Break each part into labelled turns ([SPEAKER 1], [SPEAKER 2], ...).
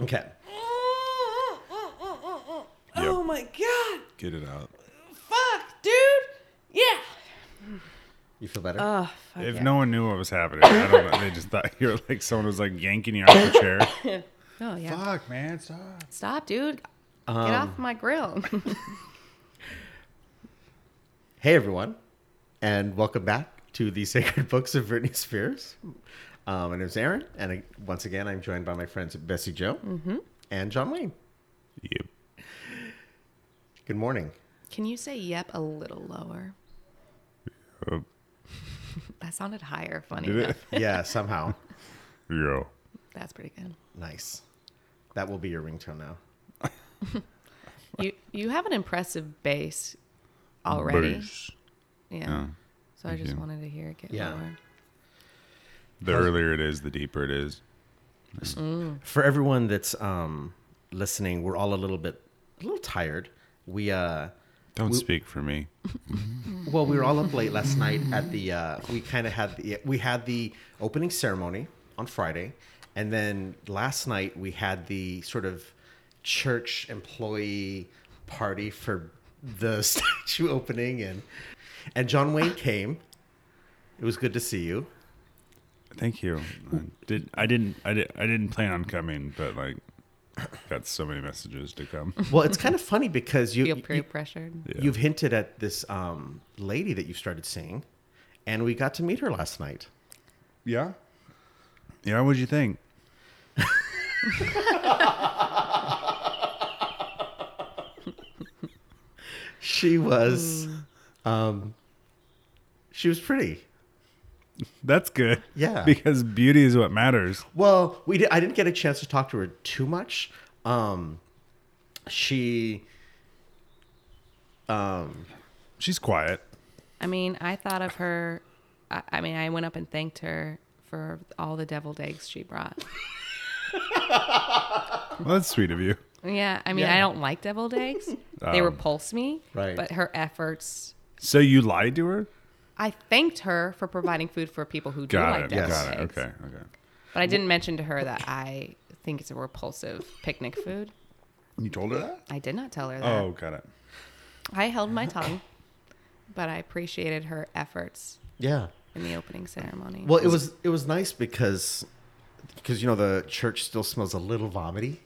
[SPEAKER 1] Okay.
[SPEAKER 2] Oh my god!
[SPEAKER 3] Get it out.
[SPEAKER 2] Fuck, dude! Yeah!
[SPEAKER 1] You feel better?
[SPEAKER 2] Oh, fuck
[SPEAKER 4] If
[SPEAKER 2] yeah.
[SPEAKER 4] no one knew what was happening, I don't know. They just thought you were like someone was like yanking you off the chair.
[SPEAKER 2] Oh, yeah.
[SPEAKER 4] Fuck, man, stop.
[SPEAKER 2] Stop, dude.
[SPEAKER 3] Um,
[SPEAKER 2] Get off my grill.
[SPEAKER 1] hey, everyone, and welcome back to the Sacred Books of Britney Spears. Um, my name's Aaron, and I, once again, I'm joined by my friends Bessie Joe and John Wayne.
[SPEAKER 4] Yep.
[SPEAKER 1] Good morning.
[SPEAKER 2] Can you say yep a little lower?
[SPEAKER 4] Uh,
[SPEAKER 2] That sounded higher, funny
[SPEAKER 4] Did it?
[SPEAKER 2] enough.
[SPEAKER 1] Yeah, somehow.
[SPEAKER 4] yo.
[SPEAKER 2] That's pretty good.
[SPEAKER 1] Nice. That will be your ringtone now.
[SPEAKER 2] You you have an impressive bass already.
[SPEAKER 4] Bass.
[SPEAKER 2] Yeah.
[SPEAKER 4] Yeah.
[SPEAKER 2] So I just
[SPEAKER 4] you.
[SPEAKER 2] wanted to hear it get
[SPEAKER 1] Yeah.
[SPEAKER 2] lower.
[SPEAKER 4] The earlier it is, the deeper it is.
[SPEAKER 1] for everyone that's um, listening, we're all a little bit, a little tired. We uh,
[SPEAKER 4] Don't
[SPEAKER 1] We-
[SPEAKER 4] speak for me.
[SPEAKER 1] well, we were all up late last night at the. Uh, we kind of had the we had the opening ceremony on Friday, and then last night we had the sort of church employee party for the statue opening, and and John Wayne came. It was good to see you.
[SPEAKER 4] Thank you. I did I didn't I did I didn't plan on coming, but like got so many messages to come.
[SPEAKER 1] Well, it's kind of funny because you
[SPEAKER 2] Feel
[SPEAKER 1] you-
[SPEAKER 2] pretty pressured.
[SPEAKER 4] Yeah.
[SPEAKER 1] You've hinted at this um, lady that you started seeing, and we got to meet her last night.
[SPEAKER 4] Yeah. Yeah. What'd you think?
[SPEAKER 1] She was, um, she was pretty.
[SPEAKER 4] That's good.
[SPEAKER 1] Yeah.
[SPEAKER 4] Because beauty is what matters.
[SPEAKER 1] Well, we did, I didn't get a chance to talk to her too much. Um, she,
[SPEAKER 4] She's quiet.
[SPEAKER 2] I mean, I thought of her. I, I mean, I went up and thanked her for all the deviled eggs she brought.
[SPEAKER 4] Well, that's sweet of you.
[SPEAKER 2] Yeah, I mean, I
[SPEAKER 1] Yeah.
[SPEAKER 2] don't like deviled eggs.
[SPEAKER 4] Um,
[SPEAKER 2] they repulse me.
[SPEAKER 1] Right.
[SPEAKER 2] But her efforts.
[SPEAKER 4] So you lied to her?
[SPEAKER 2] I thanked her for providing food for people who do
[SPEAKER 4] Got
[SPEAKER 2] like
[SPEAKER 4] it.
[SPEAKER 2] deviled
[SPEAKER 4] Got it.
[SPEAKER 2] eggs.
[SPEAKER 4] Okay. Okay.
[SPEAKER 2] But I didn't mention to her that I think it's a repulsive picnic food.
[SPEAKER 4] You told her that?
[SPEAKER 2] I did not tell her that.
[SPEAKER 4] Oh, got it.
[SPEAKER 2] I held my tongue, but I appreciated her efforts
[SPEAKER 1] yeah.
[SPEAKER 2] in the opening ceremony.
[SPEAKER 1] Well, it was it was nice because because you know the church still smells a little vomity,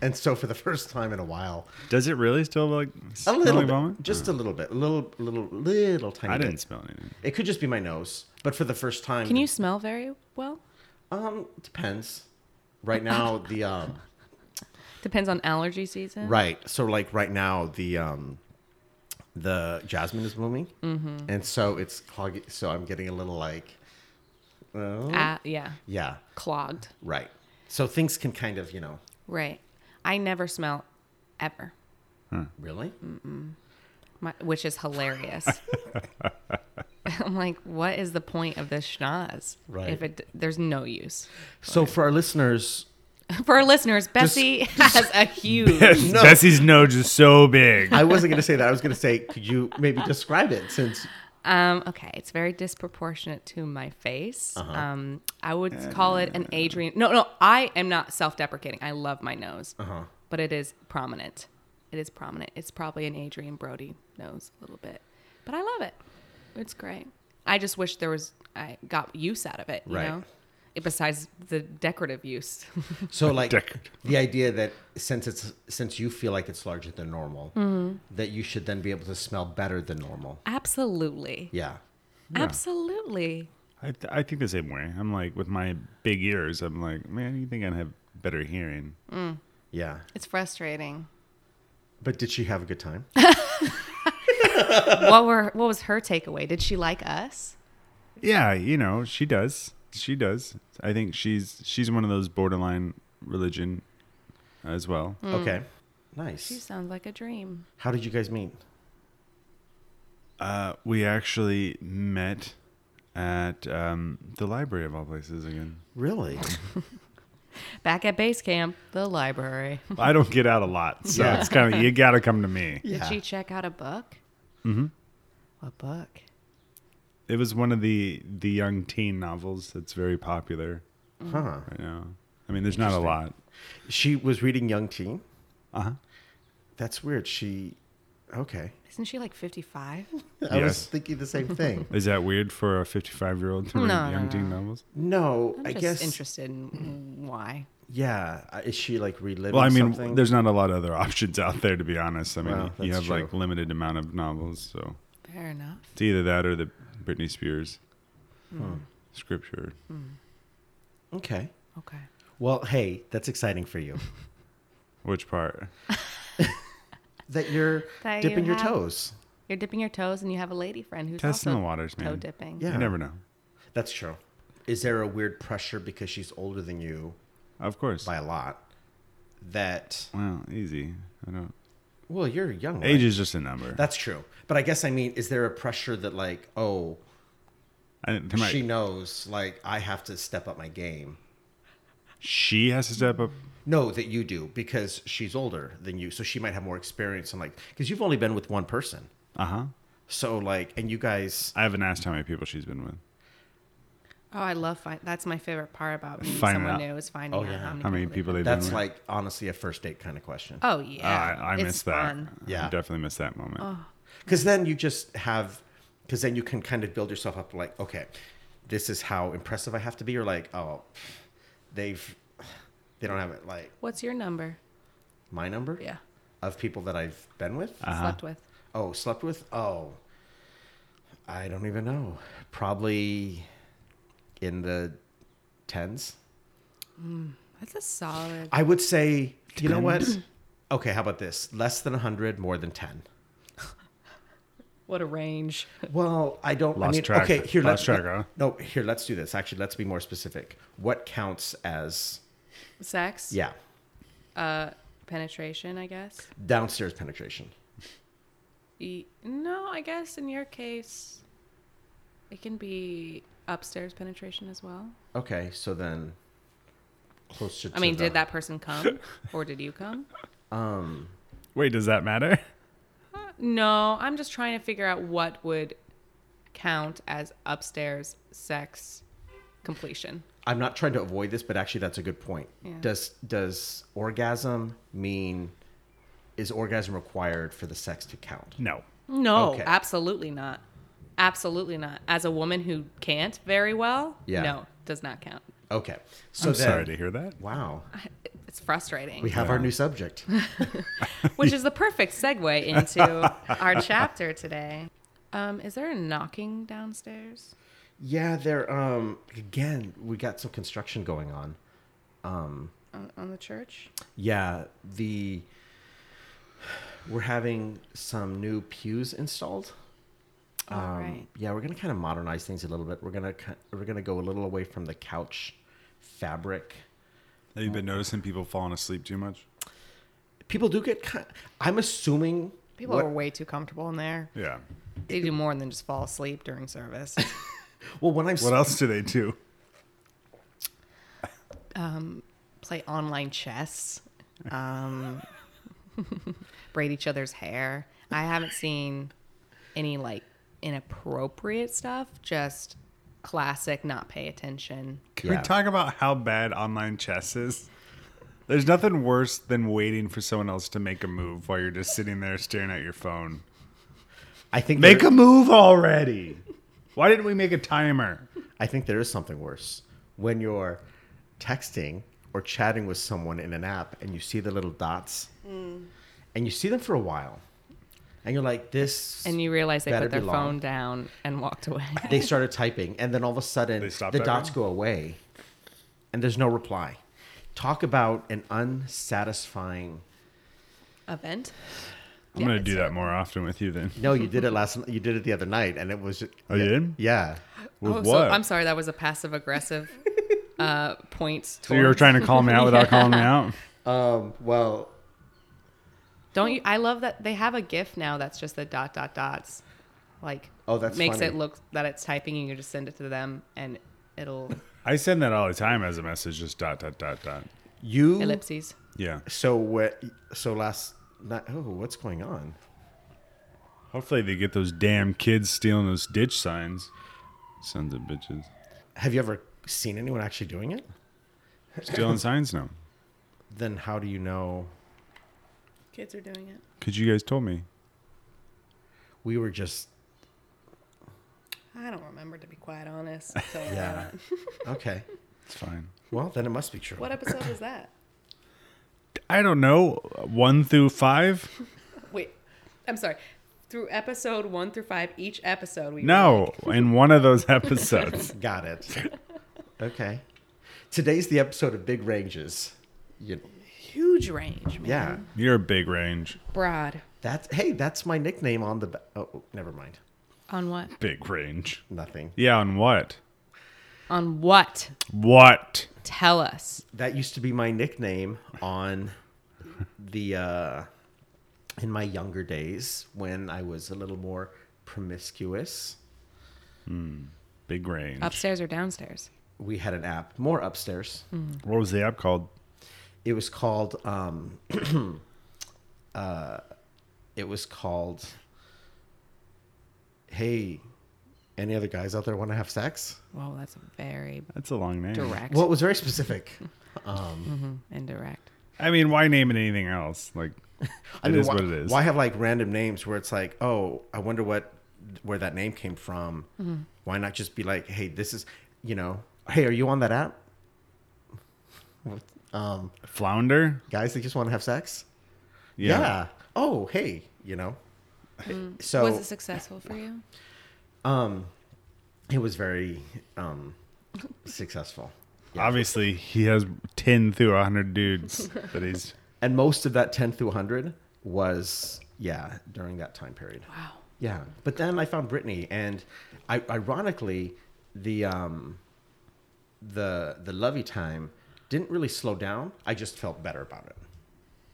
[SPEAKER 1] and so for the first time in a while,
[SPEAKER 4] Does it really still like
[SPEAKER 1] a little
[SPEAKER 4] smelly
[SPEAKER 1] bit,
[SPEAKER 4] vomit?
[SPEAKER 1] just a little bit, a little little little tiny.
[SPEAKER 4] I
[SPEAKER 1] bit.
[SPEAKER 4] didn't smell anything.
[SPEAKER 1] It could just be my nose, but for the first time,
[SPEAKER 2] Can you smell very well?
[SPEAKER 1] Um, depends. Right now, the um,
[SPEAKER 2] Depends on allergy season.
[SPEAKER 1] right. So like right now, the um, the jasmine is blooming, and so it's cloggy. So I'm getting a little like, oh,
[SPEAKER 2] Ah, yeah.
[SPEAKER 1] yeah,
[SPEAKER 2] Clogged.
[SPEAKER 1] right. So things can kind of, you know,
[SPEAKER 2] Right. I never smell ever,
[SPEAKER 1] really.
[SPEAKER 2] my, which is hilarious. I'm like, what is the point of this schnoz?
[SPEAKER 1] Right.
[SPEAKER 2] If it there's no use
[SPEAKER 1] So for our listeners,
[SPEAKER 2] for our listeners, Bessie has a huge.
[SPEAKER 1] No.
[SPEAKER 4] Bessie's nose is so big.
[SPEAKER 1] I wasn't going to say that. I was going to say, could you maybe describe it? Since
[SPEAKER 2] Um, okay, it's very disproportionate to my face.
[SPEAKER 1] Uh-huh.
[SPEAKER 2] Um, I would call it an Adrian. No, no, I am not self-deprecating. I love my nose,
[SPEAKER 1] Uh-huh.
[SPEAKER 2] but it is prominent. It is prominent. It's probably an Adrian Brody nose a little bit, but I love it. It's great. I just wish there was I got use out of it. You
[SPEAKER 1] Right.
[SPEAKER 2] know, it, besides the decorative use.
[SPEAKER 1] so, like
[SPEAKER 4] Decorative.
[SPEAKER 1] the idea that since it's since you feel like it's larger than normal, that you should then be able to smell better than normal.
[SPEAKER 2] Absolutely,
[SPEAKER 1] Yeah.
[SPEAKER 2] absolutely.
[SPEAKER 4] I, th- I think the same way. I'm like with my big ears. I'm like, man, you think I'd have better hearing?
[SPEAKER 1] Yeah.
[SPEAKER 2] It's frustrating.
[SPEAKER 1] But did she have a good time?
[SPEAKER 2] what were what was her takeaway? Did she like us?
[SPEAKER 4] Yeah, you know, she does. She does. I think she's she's one of those borderline religion as well.
[SPEAKER 1] Okay. Nice.
[SPEAKER 2] She sounds like a dream.
[SPEAKER 1] How did you guys meet?
[SPEAKER 4] Uh, we actually met at um, the library of all places again.
[SPEAKER 1] Really?
[SPEAKER 2] Back at base camp, the library.
[SPEAKER 4] I don't get out a lot, so
[SPEAKER 1] Yeah.
[SPEAKER 4] it's kind of you got to come to me.
[SPEAKER 1] Yeah.
[SPEAKER 2] Did she check out a book? Mm-hmm. What book?
[SPEAKER 4] It was one of the the young teen novels that's very popular
[SPEAKER 1] Huh.
[SPEAKER 4] right now. I mean, there's not a lot.
[SPEAKER 1] She was reading Young Teen.
[SPEAKER 4] Uh
[SPEAKER 1] Uh-huh.
[SPEAKER 4] huh.
[SPEAKER 1] That's weird. She, okay.
[SPEAKER 2] Isn't she like 55?
[SPEAKER 1] I was
[SPEAKER 4] Yes.
[SPEAKER 1] thinking the same thing.
[SPEAKER 4] Is that weird for a 55 year old to read
[SPEAKER 2] No,
[SPEAKER 4] young
[SPEAKER 2] no,
[SPEAKER 4] teen novels?
[SPEAKER 1] No,
[SPEAKER 2] I'm
[SPEAKER 1] i
[SPEAKER 2] just
[SPEAKER 1] guess.
[SPEAKER 2] interested in
[SPEAKER 4] Mm-hmm.
[SPEAKER 2] why.
[SPEAKER 1] Yeah, Uh, is she like reliving?
[SPEAKER 4] Well, I mean,
[SPEAKER 1] something?
[SPEAKER 4] there's not a lot of other options out there, to be honest. I mean,
[SPEAKER 1] Well,
[SPEAKER 4] you
[SPEAKER 1] that's
[SPEAKER 4] have like limited amount of novels, so
[SPEAKER 2] Fair enough.
[SPEAKER 4] it's either that or the Britney Spears
[SPEAKER 1] Hmm.
[SPEAKER 4] scripture.
[SPEAKER 2] Hmm.
[SPEAKER 1] okay.
[SPEAKER 2] Okay.
[SPEAKER 1] Well, hey, that's exciting for you
[SPEAKER 4] Which part?
[SPEAKER 1] that you're
[SPEAKER 2] That
[SPEAKER 1] dipping
[SPEAKER 2] you
[SPEAKER 1] your
[SPEAKER 2] have-
[SPEAKER 1] toes.
[SPEAKER 2] You're dipping your toes and you have a lady friend who's
[SPEAKER 4] Testing
[SPEAKER 2] also
[SPEAKER 4] the waters,
[SPEAKER 2] toe
[SPEAKER 4] man.
[SPEAKER 2] dipping.
[SPEAKER 1] Yeah.
[SPEAKER 4] You never know.
[SPEAKER 1] That's true. Is there a weird pressure because she's older than you
[SPEAKER 4] Of course.
[SPEAKER 1] by a lot? That
[SPEAKER 4] Well, easy. I don't.
[SPEAKER 1] well, you're young. right?
[SPEAKER 4] Age is just a number.
[SPEAKER 1] That's true. But I guess I mean, is there a pressure that like, oh,
[SPEAKER 4] I, there might-
[SPEAKER 1] she knows, like I have to step up my game.
[SPEAKER 4] she has to step up.
[SPEAKER 1] No, that you do because she's older than you, so she might have more experience. And like, because you've only been with one person,
[SPEAKER 4] Uh huh.
[SPEAKER 1] so like, and you guys,
[SPEAKER 4] I haven't asked how many people she's been with.
[SPEAKER 2] Oh, I love find- that's my favorite part about meeting
[SPEAKER 4] Finding
[SPEAKER 2] someone
[SPEAKER 4] out-
[SPEAKER 2] new is finding
[SPEAKER 1] Oh,
[SPEAKER 2] out
[SPEAKER 1] yeah.
[SPEAKER 2] how many,
[SPEAKER 4] How many
[SPEAKER 2] they-
[SPEAKER 4] people they've been
[SPEAKER 1] that's
[SPEAKER 4] with.
[SPEAKER 1] like honestly a first date kind of question.
[SPEAKER 2] Oh
[SPEAKER 4] Oh,
[SPEAKER 2] yeah,
[SPEAKER 4] I, I
[SPEAKER 2] It's
[SPEAKER 4] missed that.
[SPEAKER 2] fun.
[SPEAKER 4] Yeah.
[SPEAKER 1] Yeah.
[SPEAKER 4] I definitely missed that moment.
[SPEAKER 2] Oh.
[SPEAKER 1] Because then you just have, because then you can kind of build yourself up like, okay, this is how impressive I have to be, or like, oh, they've, they don't have it like
[SPEAKER 2] What's your number?
[SPEAKER 1] my number
[SPEAKER 2] Yeah,
[SPEAKER 1] of people that I've been with.
[SPEAKER 4] Uh-huh.
[SPEAKER 2] slept with.
[SPEAKER 1] Oh, slept with? Oh, I don't even know. Probably in the tens.
[SPEAKER 2] That's a solid.
[SPEAKER 1] I would say, you know what? Okay, how about this? Less than 100, more than 10.
[SPEAKER 2] What a range.
[SPEAKER 1] Well, I don't. I
[SPEAKER 4] Lost
[SPEAKER 1] mean,
[SPEAKER 4] track.
[SPEAKER 1] okay, here
[SPEAKER 4] Lost
[SPEAKER 1] let's
[SPEAKER 4] track, huh?
[SPEAKER 1] no. Here, let's do this. Actually, let's be more specific. What counts as
[SPEAKER 2] Sex.
[SPEAKER 1] yeah
[SPEAKER 2] Uh, penetration, I guess.
[SPEAKER 1] downstairs penetration?
[SPEAKER 2] E- no, I guess in your case, it can be upstairs penetration as well.
[SPEAKER 1] Okay, so then closer. To
[SPEAKER 2] I mean,
[SPEAKER 1] the-
[SPEAKER 2] did that person come, or did you come?
[SPEAKER 4] Wait, does that matter?
[SPEAKER 2] No, I'm just trying to figure out what would count as upstairs sex completion.
[SPEAKER 1] I'm not trying to avoid this, but actually, that's a good point.
[SPEAKER 2] Yeah.
[SPEAKER 1] Does does orgasm mean is orgasm required for the sex to count?
[SPEAKER 4] No.
[SPEAKER 2] No,
[SPEAKER 1] Okay.
[SPEAKER 2] absolutely not. Absolutely not. As a woman who can't very well,
[SPEAKER 1] Yeah.
[SPEAKER 2] no, does not count.
[SPEAKER 1] Okay, so
[SPEAKER 4] I'm
[SPEAKER 1] then,
[SPEAKER 4] sorry to hear that.
[SPEAKER 1] Wow,
[SPEAKER 2] It's frustrating,
[SPEAKER 1] we have our new subject.
[SPEAKER 2] which is the perfect segue into our chapter today. Um, is there a knocking downstairs?
[SPEAKER 1] yeah, there. Um, again, we got some construction going on.
[SPEAKER 2] On, on the church?
[SPEAKER 1] Yeah, the we're having some new pews installed. Um,
[SPEAKER 2] All right.
[SPEAKER 1] Yeah, we're gonna kind of modernize things a little bit. We're gonna ki- we're gonna go a little away from the couch fabric.
[SPEAKER 4] Have you been noticing people falling asleep too much?
[SPEAKER 1] People do get. Kind I'm assuming
[SPEAKER 2] People
[SPEAKER 1] what-
[SPEAKER 2] are way too comfortable in there.
[SPEAKER 4] Yeah.
[SPEAKER 2] They do more than just fall asleep during service.
[SPEAKER 1] well when I'm
[SPEAKER 4] What else do they do?
[SPEAKER 2] Play online chess. Um, braid each other's hair. I haven't seen any like inappropriate stuff. Just classic, not pay attention.
[SPEAKER 4] Can
[SPEAKER 1] Yeah.
[SPEAKER 4] we talk about how bad online chess is? There's nothing worse than waiting for someone else to make a move while you're just sitting there staring at your phone.
[SPEAKER 1] I think
[SPEAKER 4] Make
[SPEAKER 1] there,
[SPEAKER 4] a move already. Why didn't we make a timer?
[SPEAKER 1] I think there is something worse when you're texting or chatting with someone in an app and you see the little dots,
[SPEAKER 2] Mm.
[SPEAKER 1] and you see them for a while, and you're like this,
[SPEAKER 2] And you realize they
[SPEAKER 1] Better
[SPEAKER 2] put their
[SPEAKER 1] be long.
[SPEAKER 2] phone down and walked away.
[SPEAKER 1] they started typing and then all of a sudden
[SPEAKER 4] They stopped
[SPEAKER 1] the
[SPEAKER 4] typing?
[SPEAKER 1] dots go away and there's no reply talk about an unsatisfying
[SPEAKER 2] Event?
[SPEAKER 4] I'm gonna do that more often with you then.
[SPEAKER 1] no you did it last you did it the other night and it was
[SPEAKER 4] Oh, you did?
[SPEAKER 1] yeah
[SPEAKER 4] With
[SPEAKER 2] Oh,
[SPEAKER 4] what?
[SPEAKER 2] so, I'm sorry, that was a passive aggressive uh, point.
[SPEAKER 4] So you were
[SPEAKER 2] towards-
[SPEAKER 4] trying to call me out without calling me out?
[SPEAKER 1] um well
[SPEAKER 2] Don't you? I love that they have a GIF now that's just the dot dot dots, like
[SPEAKER 1] Oh, that's
[SPEAKER 2] makes
[SPEAKER 1] funny.
[SPEAKER 2] it look that it's typing and you just send it to them and it'll
[SPEAKER 4] I send that all the time as a message, just dot dot dot dot.
[SPEAKER 1] you
[SPEAKER 2] ellipses.
[SPEAKER 4] Yeah.
[SPEAKER 1] so what so last night oh what's going on
[SPEAKER 4] Hopefully they get those damn kids stealing those ditch signs. Sons of bitches.
[SPEAKER 1] have you ever seen anyone actually doing it
[SPEAKER 4] Stealing signs now.
[SPEAKER 1] then how do you know?
[SPEAKER 2] Kids are doing it.
[SPEAKER 4] Because you guys told me.
[SPEAKER 1] We were just
[SPEAKER 2] I don't remember to be quite honest. So uh,
[SPEAKER 1] Yeah. okay.
[SPEAKER 4] It's fine.
[SPEAKER 1] Well, then it must be true.
[SPEAKER 2] What episode was that?
[SPEAKER 4] I don't know. One through five?
[SPEAKER 2] Wait, I'm sorry. Through episode one through five, each episode we
[SPEAKER 4] No, in one of those episodes.
[SPEAKER 1] Got it. okay. Today's the episode of big ranges. You,
[SPEAKER 2] huge range, man.
[SPEAKER 1] yeah.
[SPEAKER 4] You're a big range.
[SPEAKER 2] broad.
[SPEAKER 1] That's hey, that's my nickname on the. ba- Oh, oh, never mind.
[SPEAKER 2] On what?
[SPEAKER 4] Big range.
[SPEAKER 1] Nothing.
[SPEAKER 4] Yeah, on what?
[SPEAKER 2] On what?
[SPEAKER 4] What?
[SPEAKER 2] Tell us.
[SPEAKER 1] That used to be my nickname on the uh, in my younger days when I was a little more promiscuous.
[SPEAKER 4] Big range.
[SPEAKER 2] Upstairs or downstairs?
[SPEAKER 1] We had an app more upstairs.
[SPEAKER 4] What was the app called?
[SPEAKER 1] It was called. Um, uh, it was called. Hey, any other guys out there want to have sex?
[SPEAKER 2] Whoa, that's very
[SPEAKER 4] That's a long name.
[SPEAKER 2] direct
[SPEAKER 1] Well, it was very specific. Um,
[SPEAKER 2] and direct.
[SPEAKER 4] I mean, why name it anything else? Like, it is
[SPEAKER 1] I mean, why,
[SPEAKER 4] what it is.
[SPEAKER 1] Why have like random names where it's like, oh, I wonder what where that name came from?
[SPEAKER 4] Mm-hmm.
[SPEAKER 1] Why not just be like, hey, this is, you know, hey, are you on that app? Um,
[SPEAKER 4] Flounder?
[SPEAKER 1] guys that just want to have sex? Yeah. Oh, hey, you know.
[SPEAKER 4] Mm.
[SPEAKER 1] So
[SPEAKER 2] was it successful for you?
[SPEAKER 1] it was very um, successful.
[SPEAKER 4] Obviously, he has 10 through 100 dudes that he's.
[SPEAKER 1] And most of that 10 through 100 was, yeah, during that time period.
[SPEAKER 2] Wow.
[SPEAKER 1] Yeah, but then I found Britney, and I, ironically, the um, the the lovey time didn't really slow down. I just felt better about it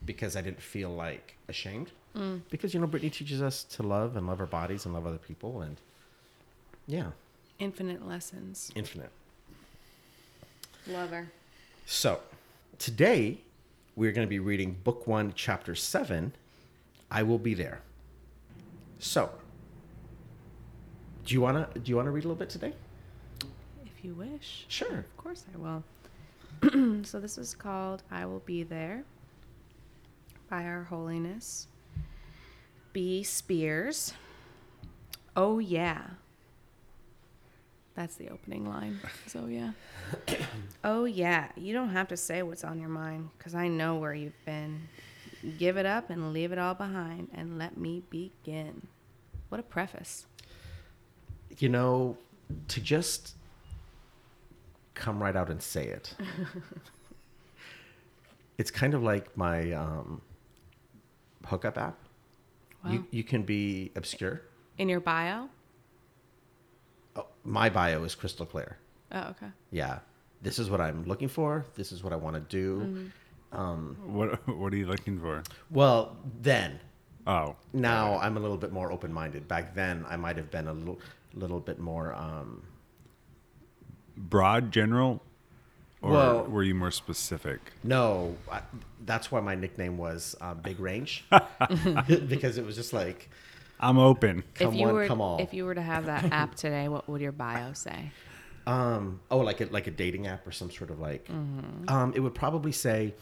[SPEAKER 1] because I didn't feel like ashamed. Because you know, Britney teaches us to love and love our bodies and love other people, and yeah,
[SPEAKER 2] Infinite lessons.
[SPEAKER 1] infinite.
[SPEAKER 2] Lover.
[SPEAKER 1] So today we're going to be reading Book One, Chapter Seven. I will be there. So, do you wanna do you wanna read a little bit today?
[SPEAKER 2] If you wish.
[SPEAKER 1] Sure.
[SPEAKER 2] Of course I will. so this is called I Will Be There by Our Holiness B. Spears. Oh, yeah. That's the opening line. So, yeah. oh, yeah. You don't have to say what's on your mind because I know where you've been. Give it up and leave it all behind and let me begin. What a preface.
[SPEAKER 1] you know, to just come right out and say it. it's kind of like my um, hookup app.
[SPEAKER 2] Wow.
[SPEAKER 1] You, you can be obscure.
[SPEAKER 2] In your bio?
[SPEAKER 1] Oh, my bio is crystal clear.
[SPEAKER 2] Oh, okay.
[SPEAKER 1] Yeah. This is what I'm looking for. This is what I want to do.
[SPEAKER 2] Mm.
[SPEAKER 4] What, what are you looking for?
[SPEAKER 1] Well, then,
[SPEAKER 4] Oh.
[SPEAKER 1] now I'm a little bit more open minded. Back then, I might have been a little, little bit more. Um,
[SPEAKER 4] Broad, general? Or
[SPEAKER 1] Well-
[SPEAKER 4] were you more specific?
[SPEAKER 1] No, I, that's why my nickname was uh, Big Range because it was just like
[SPEAKER 4] I'm open.
[SPEAKER 1] come
[SPEAKER 2] if you
[SPEAKER 1] one,
[SPEAKER 2] were
[SPEAKER 1] come all.
[SPEAKER 2] if you were to have that app today, what would your bio say?
[SPEAKER 1] um, oh, like a, like a dating app or some sort of like. Um, it would probably say,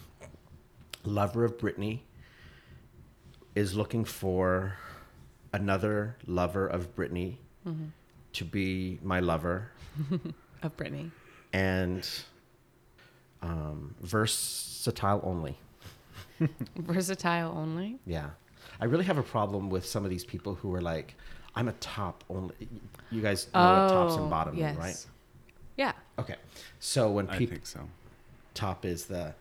[SPEAKER 1] "Lover of Britney is looking for another lover of Britney to be my lover,"
[SPEAKER 2] Of Brittany,
[SPEAKER 1] and um, versatile only.
[SPEAKER 2] versatile only.
[SPEAKER 1] Yeah. I really have a problem with some of these people who are like, I'm a top only. You guys know what tops and bottom mean, right?
[SPEAKER 2] Oh, Yeah,
[SPEAKER 1] Okay. So when
[SPEAKER 4] I
[SPEAKER 1] people
[SPEAKER 4] think so.
[SPEAKER 1] top is the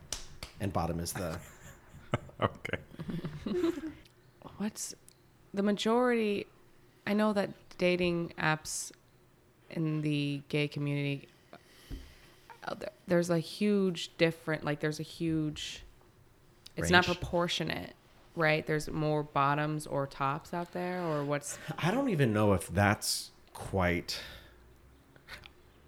[SPEAKER 1] and bottom is the
[SPEAKER 4] Okay.
[SPEAKER 2] what's the majority? I know that dating apps in the gay community, uh, there- there's a huge different. Like there's a huge. It's not
[SPEAKER 1] Range.
[SPEAKER 2] proportionate, right? There's more bottoms or tops out there, or what's
[SPEAKER 1] I don't even know if that's quite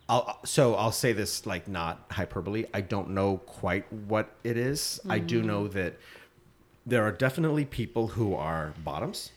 [SPEAKER 1] I'll, so I'll say this like not hyperbole. I don't know quite what it is. I do know that there are definitely people who are bottoms.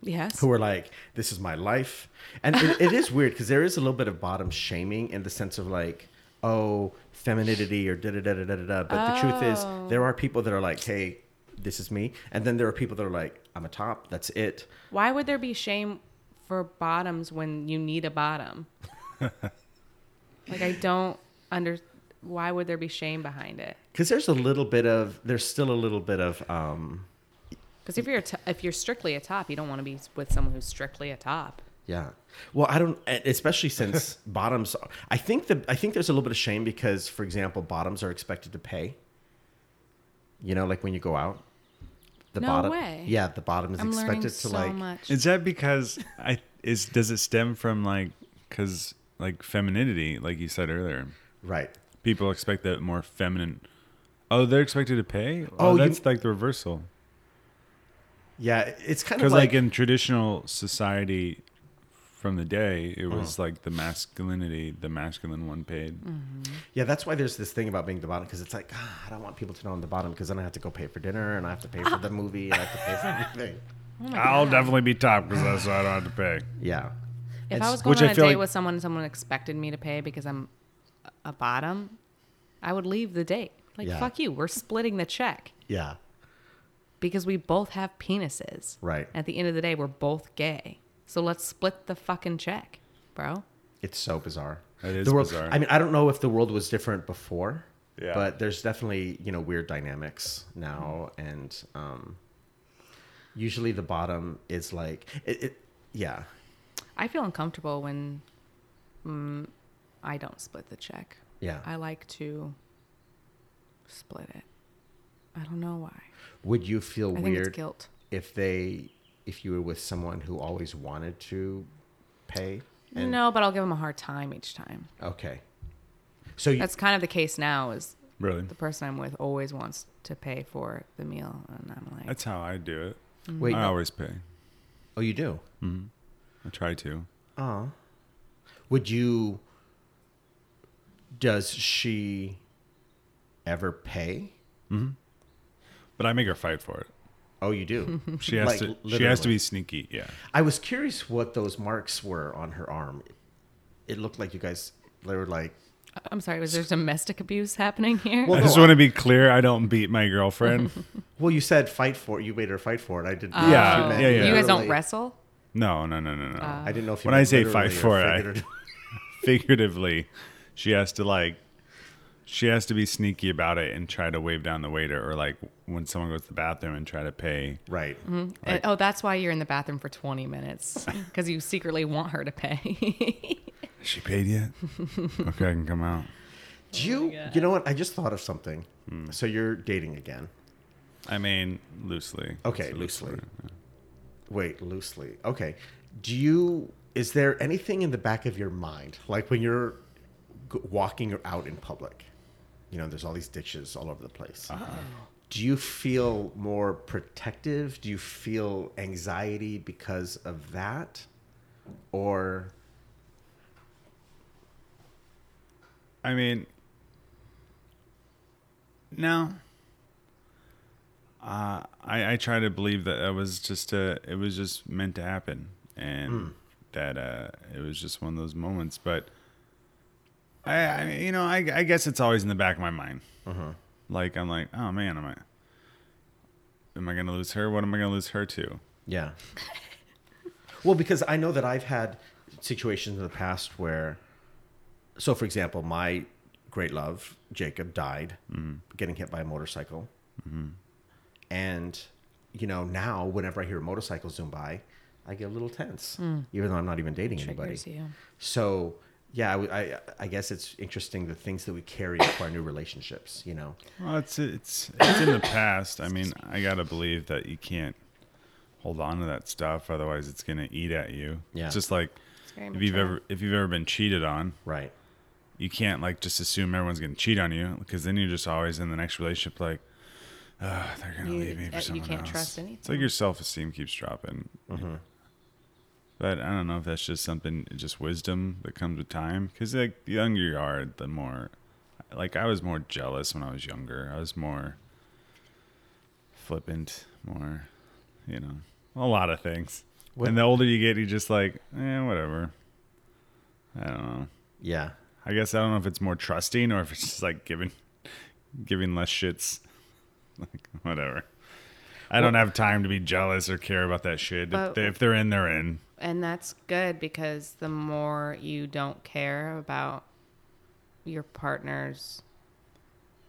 [SPEAKER 2] yes.
[SPEAKER 1] who are like, "This is my life," and it, it is weird because there is a little bit of bottom shaming in the sense of like, oh, femininity or da da da da da da. But the truth is, there are people that are like, hey, this is me, and then there are people that are like, I'm a top. That's it.
[SPEAKER 2] Why would there be shame for bottoms when you need a bottom? like I don't under. Why would there be shame behind it?
[SPEAKER 1] Because there's a little bit of there's still a little bit of um,
[SPEAKER 2] Because if you're a t- if you're strictly a top, you don't want to be with someone who's strictly a top.
[SPEAKER 1] Yeah. Well, I don't, e, especially since bottoms. I think the I think there's a little bit of shame because, for example, bottoms are expected to pay. You know, like when you go out, the
[SPEAKER 2] No
[SPEAKER 1] bottom.
[SPEAKER 2] way.
[SPEAKER 1] Yeah, the bottom is
[SPEAKER 2] I'm learning
[SPEAKER 1] expected to
[SPEAKER 2] so
[SPEAKER 1] like.
[SPEAKER 2] much.
[SPEAKER 4] Is that because I is does it stem from like because like femininity, like you said earlier,
[SPEAKER 1] Right.
[SPEAKER 4] people expect that more feminine. Oh, they're expected to pay.
[SPEAKER 1] Oh,
[SPEAKER 4] Oh,
[SPEAKER 1] you-
[SPEAKER 4] that's like the reversal.
[SPEAKER 1] Yeah, it's kind of
[SPEAKER 4] Because like,
[SPEAKER 1] like,
[SPEAKER 4] in traditional society from the day, it
[SPEAKER 1] Mm.
[SPEAKER 4] was like the masculinity, the masculine one paid.
[SPEAKER 1] Mm. yeah, that's why there's this thing about being the bottom because it's like ah, I don't want people to know I'm the bottom because then I have to go pay for dinner and I have to pay for the movie and I have to pay for everything.
[SPEAKER 4] I'll definitely be top because that's why I don't have to pay.
[SPEAKER 1] Yeah.
[SPEAKER 2] If I
[SPEAKER 1] It's-
[SPEAKER 2] was going
[SPEAKER 4] which
[SPEAKER 2] on
[SPEAKER 4] I
[SPEAKER 2] a
[SPEAKER 4] feel
[SPEAKER 2] date
[SPEAKER 4] like-
[SPEAKER 2] with someone and someone expected me to pay because I'm a bottom, I would leave the date. Like,
[SPEAKER 1] Yeah.
[SPEAKER 2] fuck you. We're splitting the check
[SPEAKER 1] Yeah.
[SPEAKER 2] because we both have penises.
[SPEAKER 1] Right.
[SPEAKER 2] At the end of the day, we're both gay. So let's split the fucking check, bro.
[SPEAKER 1] It's so bizarre.
[SPEAKER 4] It is
[SPEAKER 1] the world,
[SPEAKER 4] bizarre.
[SPEAKER 1] I mean, I don't know if the world was different before,
[SPEAKER 4] Yeah.
[SPEAKER 1] but there's definitely you know weird dynamics now, and um, usually the bottom is like it. it yeah,
[SPEAKER 2] I feel uncomfortable when mm, I don't split the check.
[SPEAKER 1] yeah.
[SPEAKER 2] I like to split it. I don't know why.
[SPEAKER 1] Would you feel
[SPEAKER 2] I think it's
[SPEAKER 1] weird
[SPEAKER 2] guilt.
[SPEAKER 1] if they if you were with someone who always wanted to pay?
[SPEAKER 2] no, but I'll give them a hard time each time.
[SPEAKER 1] Okay. So you,
[SPEAKER 2] That's kind of the case now is
[SPEAKER 4] Really?
[SPEAKER 2] the person I'm with always wants to pay for the meal, and I'm like,
[SPEAKER 4] That's how I do it.
[SPEAKER 1] wait.
[SPEAKER 4] I always pay.
[SPEAKER 1] Oh, you do.
[SPEAKER 4] I try to.
[SPEAKER 1] Oh. Would you does she ever pay?
[SPEAKER 4] But I make her fight for it.
[SPEAKER 1] Oh, you do.
[SPEAKER 4] She
[SPEAKER 1] Like,
[SPEAKER 4] has to she has to
[SPEAKER 1] literally.
[SPEAKER 4] be sneaky. Yeah.
[SPEAKER 1] I was curious what those marks were on her arm. It looked like you guys they were like
[SPEAKER 2] "I'm sorry, was there domestic abuse happening here?"
[SPEAKER 1] Well,
[SPEAKER 4] I just
[SPEAKER 1] no,
[SPEAKER 4] want to be clear, I don't beat my girlfriend.
[SPEAKER 1] well, you said fight for it. You made her fight for it. I didn't. know
[SPEAKER 4] Oh.
[SPEAKER 1] if
[SPEAKER 4] Yeah,
[SPEAKER 1] meant
[SPEAKER 4] yeah, yeah.
[SPEAKER 2] Um, You guys don't
[SPEAKER 1] literally.
[SPEAKER 2] wrestle.
[SPEAKER 4] no, no, no, no, no.
[SPEAKER 1] I didn't know if you
[SPEAKER 4] When I
[SPEAKER 1] meant
[SPEAKER 4] say fight
[SPEAKER 1] literally or
[SPEAKER 4] for it, I-
[SPEAKER 1] figuratively.
[SPEAKER 4] Figuratively, she has to like she has to be sneaky about it and try to wave down the waiter or like when someone goes to the bathroom and try to pay.
[SPEAKER 1] right.
[SPEAKER 2] And- oh, that's why you're in the bathroom for 20 minutes because you secretly want her to pay.
[SPEAKER 4] Has She paid yet? okay, I can come out.
[SPEAKER 1] Do you? you know what? I just thought of something.
[SPEAKER 4] Hmm.
[SPEAKER 1] So you're dating again.
[SPEAKER 4] I mean, loosely.
[SPEAKER 1] Okay,
[SPEAKER 4] So-
[SPEAKER 1] loosely. Wait, loosely. Okay. Do you? Is there anything in the back of your mind, like when you're g- walking out in public? You know, there's all these ditches all over the place. Do you feel more protective? Do you feel anxiety because of that, or
[SPEAKER 4] I mean, no. Uh, I I try to believe that that was just a it was just meant to happen and
[SPEAKER 1] Hmm.
[SPEAKER 4] that uh it was just one of those moments. But I, I you know I I guess it's always in the back of my mind.
[SPEAKER 1] Uh-huh.
[SPEAKER 4] Like I'm like oh man am I am I gonna lose her? What am I gonna lose her to?
[SPEAKER 1] Yeah. well, because I know that I've had situations in the past where, so for example, my great love, Jacob, died getting hit by a motorcycle. Mm-hmm. And, you know, now whenever I hear a motorcycle zoom by, I get a little tense, even though I'm not even dating
[SPEAKER 2] Hmm. Triggers
[SPEAKER 1] anybody.
[SPEAKER 2] you.
[SPEAKER 1] So, yeah, I, would- I, I guess it's interesting the things that we carry into our new relationships, you know?
[SPEAKER 4] Well, it's it's it's in the past. I mean, I gotta believe that you can't hold on to that stuff, otherwise, it's gonna eat at you.
[SPEAKER 1] Yeah.
[SPEAKER 4] It's just like
[SPEAKER 2] very
[SPEAKER 4] if you've
[SPEAKER 2] mature.
[SPEAKER 4] ever if you've ever been cheated on,
[SPEAKER 1] Right.
[SPEAKER 4] you can't like just assume everyone's gonna cheat on you because then you're just always in the next relationship like, oh, they're gonna
[SPEAKER 2] You-
[SPEAKER 4] leave me for
[SPEAKER 2] uh, you
[SPEAKER 4] someone
[SPEAKER 2] can't
[SPEAKER 4] else.
[SPEAKER 2] trust
[SPEAKER 4] It's like your self esteem keeps dropping. But I don't know if that's just something, just wisdom that comes with time. Because like the younger you are, the more, like I was more jealous when I was younger. I was more flippant, more, you know, a lot of things.
[SPEAKER 1] What-
[SPEAKER 4] And the older you get, you just like, eh, whatever. I don't know.
[SPEAKER 1] Yeah.
[SPEAKER 4] I guess I don't know if it's more trusting or if it's just like giving giving less shits. Like whatever. I don't have time to be jealous or care about that shit. If,
[SPEAKER 2] But-
[SPEAKER 4] they, if they're in, they're in.
[SPEAKER 2] And that's good because the more you don't care about your partner's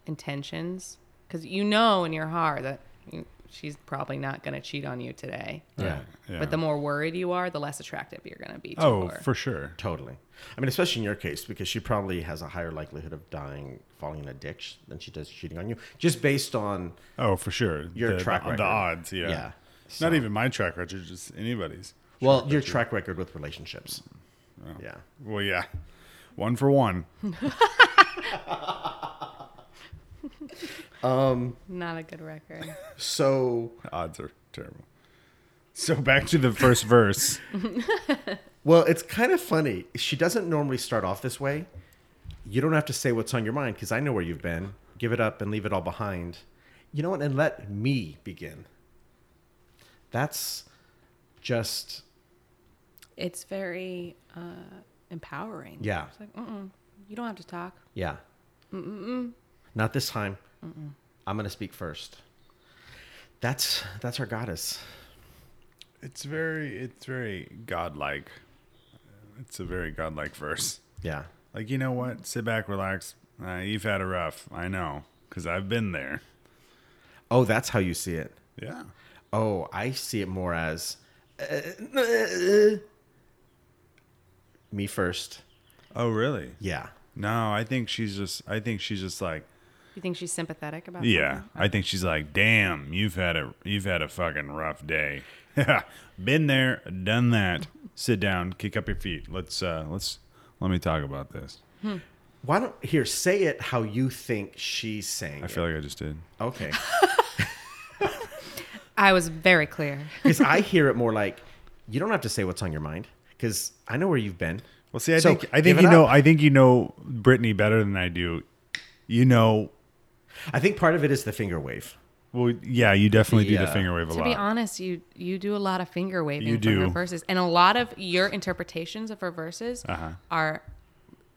[SPEAKER 2] intentions, because you know in your heart that you- she's probably not going to cheat on you today.
[SPEAKER 1] Yeah.
[SPEAKER 4] Yeah.
[SPEAKER 2] But the more worried you are, the less attractive you're going to be. To
[SPEAKER 4] oh,
[SPEAKER 2] her.
[SPEAKER 4] for sure.
[SPEAKER 1] Totally. I mean, especially in your case, because she probably has a higher likelihood of dying, falling in a ditch than she does cheating on you, just based on
[SPEAKER 4] Oh, for sure.
[SPEAKER 1] Your
[SPEAKER 4] the,
[SPEAKER 1] track
[SPEAKER 4] the,
[SPEAKER 1] record.
[SPEAKER 4] the odds. Yeah.
[SPEAKER 1] Yeah.
[SPEAKER 4] Not even my track record, just anybody's.
[SPEAKER 1] well your track record with relationships. Yeah.
[SPEAKER 4] Well, yeah. One for one.
[SPEAKER 2] Not a good record.
[SPEAKER 1] So
[SPEAKER 4] Odds are terrible. So back to the first verse.
[SPEAKER 1] Well, it's kind of funny. She doesn't normally start off this way. You don't have to say what's on your mind because I know where you've been. Give it up and leave it all behind. You know what? And let me begin. That's just
[SPEAKER 2] It's very uh, empowering.
[SPEAKER 1] Yeah.
[SPEAKER 2] It's like, mm you don't have to talk.
[SPEAKER 1] yeah. Not this time. I'm gonna speak first. That's that's our goddess.
[SPEAKER 4] It's very, it's very godlike. It's a very godlike verse.
[SPEAKER 1] Yeah.
[SPEAKER 4] Like you know what? Sit back, relax. Uh, you've had a rough. I know, cause I've been there.
[SPEAKER 1] Oh, that's how you see it.
[SPEAKER 4] Yeah.
[SPEAKER 1] Oh, I see it more as uh, me first.
[SPEAKER 4] Oh really?
[SPEAKER 1] Yeah.
[SPEAKER 4] No, I think she's just. I think she's just like.
[SPEAKER 2] You think she's sympathetic about
[SPEAKER 4] Yeah,
[SPEAKER 2] something?
[SPEAKER 4] I think she's like, damn, you've had a you've had a fucking rough day. Been there, done that. Sit down, kick up your feet. Let's uh let's let me talk about this.
[SPEAKER 1] Why don't here say it how you think she's saying?
[SPEAKER 4] I feel like I just did.
[SPEAKER 1] it. okay,
[SPEAKER 2] I was very clear.
[SPEAKER 1] because I hear it more like you don't have to say what's on your mind because I know where you've been.
[SPEAKER 4] Well, see, I
[SPEAKER 1] So,
[SPEAKER 4] think I
[SPEAKER 1] give
[SPEAKER 4] think
[SPEAKER 1] it
[SPEAKER 4] you know
[SPEAKER 1] up.
[SPEAKER 4] I think you know Brittany better than I do. You know,
[SPEAKER 1] I think part of it is the finger wave.
[SPEAKER 4] well, yeah, you definitely do the
[SPEAKER 1] Yeah.
[SPEAKER 4] finger wave a
[SPEAKER 2] to
[SPEAKER 4] lot.
[SPEAKER 2] be honest, you you do a lot of finger waving
[SPEAKER 4] You
[SPEAKER 2] from her
[SPEAKER 4] do.
[SPEAKER 2] verses, and a lot of your interpretations of her verses
[SPEAKER 4] Uh-huh.
[SPEAKER 2] are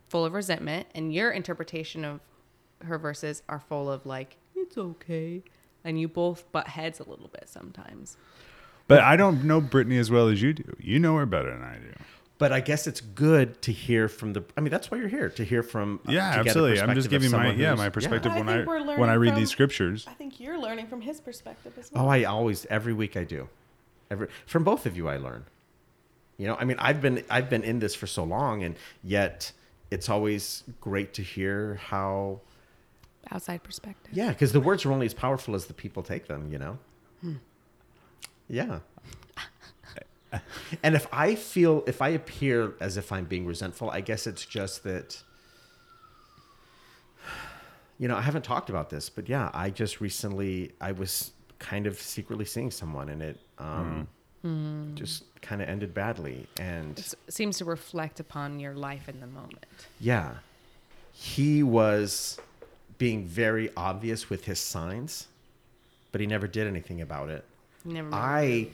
[SPEAKER 2] full of resentment, and your interpretation of her verses are full of like it's okay, and you both butt heads a little bit sometimes.
[SPEAKER 4] but I don't know Brittany as well as you do. You know her better than I do.
[SPEAKER 1] But I guess it's good to hear from the. I mean, that's why you're here to hear from. uh,
[SPEAKER 4] Yeah,
[SPEAKER 1] to get a
[SPEAKER 4] absolutely. I'm just
[SPEAKER 1] perspective of
[SPEAKER 4] giving my
[SPEAKER 1] someone
[SPEAKER 4] yeah
[SPEAKER 1] who's-
[SPEAKER 4] my
[SPEAKER 3] But
[SPEAKER 4] perspective
[SPEAKER 3] I
[SPEAKER 4] when
[SPEAKER 3] think
[SPEAKER 4] I
[SPEAKER 3] we're learning
[SPEAKER 4] when I read
[SPEAKER 3] from-
[SPEAKER 4] these scriptures.
[SPEAKER 3] I think you're learning from his perspective as well.
[SPEAKER 1] Oh, I always every week I do. Every from both of you I learn. You know, I mean I've been I've been in this for so long and yet it's always great to hear how
[SPEAKER 2] Outside perspective.
[SPEAKER 1] Yeah, because the words are only as powerful as the people take them, you know? Yeah. and if I feel, if I appear as if I'm being resentful, I guess it's just that, you know, I haven't talked about this, but yeah, I just recently, I was kind of secretly seeing someone and it um, just kind of ended badly. And
[SPEAKER 2] It seems to reflect upon your life in the moment.
[SPEAKER 1] yeah. He was being very obvious with his signs, but he never did anything about it.
[SPEAKER 2] You never mind.
[SPEAKER 1] I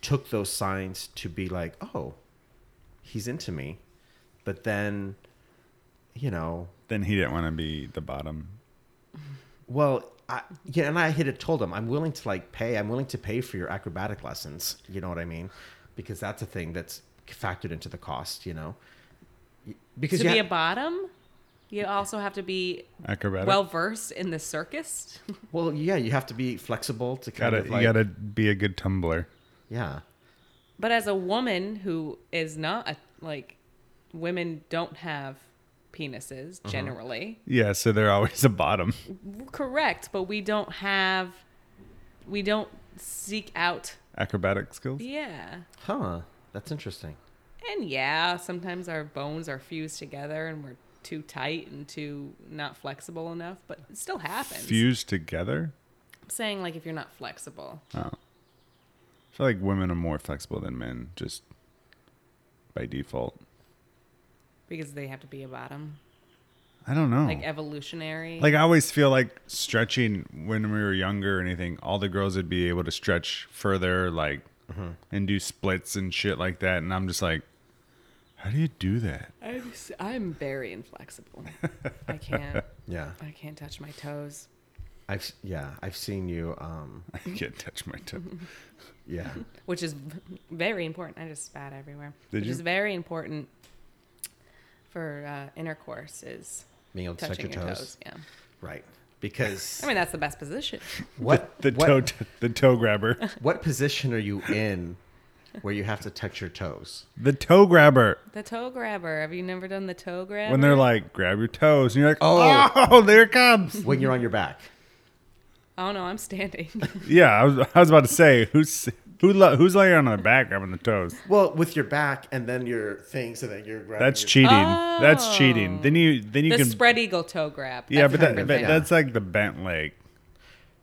[SPEAKER 1] took those signs to be like, oh, he's into me. But then, you know,
[SPEAKER 4] Then he didn't want to be the bottom
[SPEAKER 1] well, I, yeah, and I had it told him, I'm willing to like pay, I'm willing to pay for your acrobatic lessons. You know what I mean? Because that's a thing that's factored into the cost, you know? Because
[SPEAKER 2] to
[SPEAKER 1] you
[SPEAKER 2] be
[SPEAKER 1] ha-
[SPEAKER 2] a bottom, you also have to be
[SPEAKER 4] acrobatic.
[SPEAKER 2] well versed in the circus.
[SPEAKER 1] well, yeah, you have to be flexible to kind
[SPEAKER 4] Gotta,
[SPEAKER 1] of like,
[SPEAKER 4] you gotta be a good tumbler.
[SPEAKER 1] yeah.
[SPEAKER 2] But as a woman who is not a, like, women don't have penises generally.
[SPEAKER 4] Yeah, so they're always a bottom.
[SPEAKER 2] Correct, but we don't have, we don't seek out.
[SPEAKER 4] Acrobatic skills.
[SPEAKER 2] Yeah.
[SPEAKER 1] Huh. That's interesting.
[SPEAKER 2] And yeah, sometimes our bones are fused together and we're too tight and too not flexible enough, but it still happens.
[SPEAKER 4] Fused together.
[SPEAKER 2] I'm saying, like, if you're not flexible,
[SPEAKER 4] Oh. I feel like women are more flexible than men, just by default.
[SPEAKER 2] because they have to be a bottom,
[SPEAKER 4] I don't know.
[SPEAKER 2] like evolutionary.
[SPEAKER 4] Oh. Like I always feel like stretching when we were younger or anything, all the girls would be able to
[SPEAKER 1] Mm-hmm.
[SPEAKER 4] stretch further, like and do splits and shit like that. And I'm just like, How do you do that?
[SPEAKER 2] I'm, s- I'm very inflexible. I can't.
[SPEAKER 1] Yeah,
[SPEAKER 2] I can't touch my toes.
[SPEAKER 1] I've s- yeah I've seen you. Um,
[SPEAKER 4] I can't touch my toe.
[SPEAKER 1] yeah,
[SPEAKER 2] which is v- very important. I just spat everywhere,
[SPEAKER 4] Did
[SPEAKER 2] which
[SPEAKER 4] you?
[SPEAKER 2] is very important for uh, intercourse is
[SPEAKER 1] being able to touch
[SPEAKER 2] touching
[SPEAKER 1] your toes.
[SPEAKER 2] Yeah,
[SPEAKER 1] Right, because
[SPEAKER 2] I mean that's the best position.
[SPEAKER 1] what
[SPEAKER 4] The
[SPEAKER 1] what,
[SPEAKER 4] toe, t- the toe grabber,
[SPEAKER 1] what position are you in where you have to touch your toes?
[SPEAKER 4] the toe grabber.
[SPEAKER 2] The toe grabber. Have you never done the toe grabber?
[SPEAKER 4] When they're like, grab your toes, and you're like,
[SPEAKER 1] Oh.
[SPEAKER 4] oh, there it comes.
[SPEAKER 1] When you're on your back.
[SPEAKER 2] oh no, I'm standing.
[SPEAKER 4] yeah, I was, I was about to say, who's who, lo- who's laying on their back grabbing the toes?
[SPEAKER 1] Well, with your back and then your thing, so that you're grabbing.
[SPEAKER 4] That's
[SPEAKER 1] your-
[SPEAKER 4] cheating. That's cheating.
[SPEAKER 2] Oh.
[SPEAKER 4] Then you, then you
[SPEAKER 2] the
[SPEAKER 4] can.
[SPEAKER 2] spread eagle toe grab.
[SPEAKER 4] yeah,
[SPEAKER 2] That's
[SPEAKER 4] but,
[SPEAKER 2] a
[SPEAKER 4] that,
[SPEAKER 2] different
[SPEAKER 4] but
[SPEAKER 2] thing.
[SPEAKER 4] that's like the bent leg.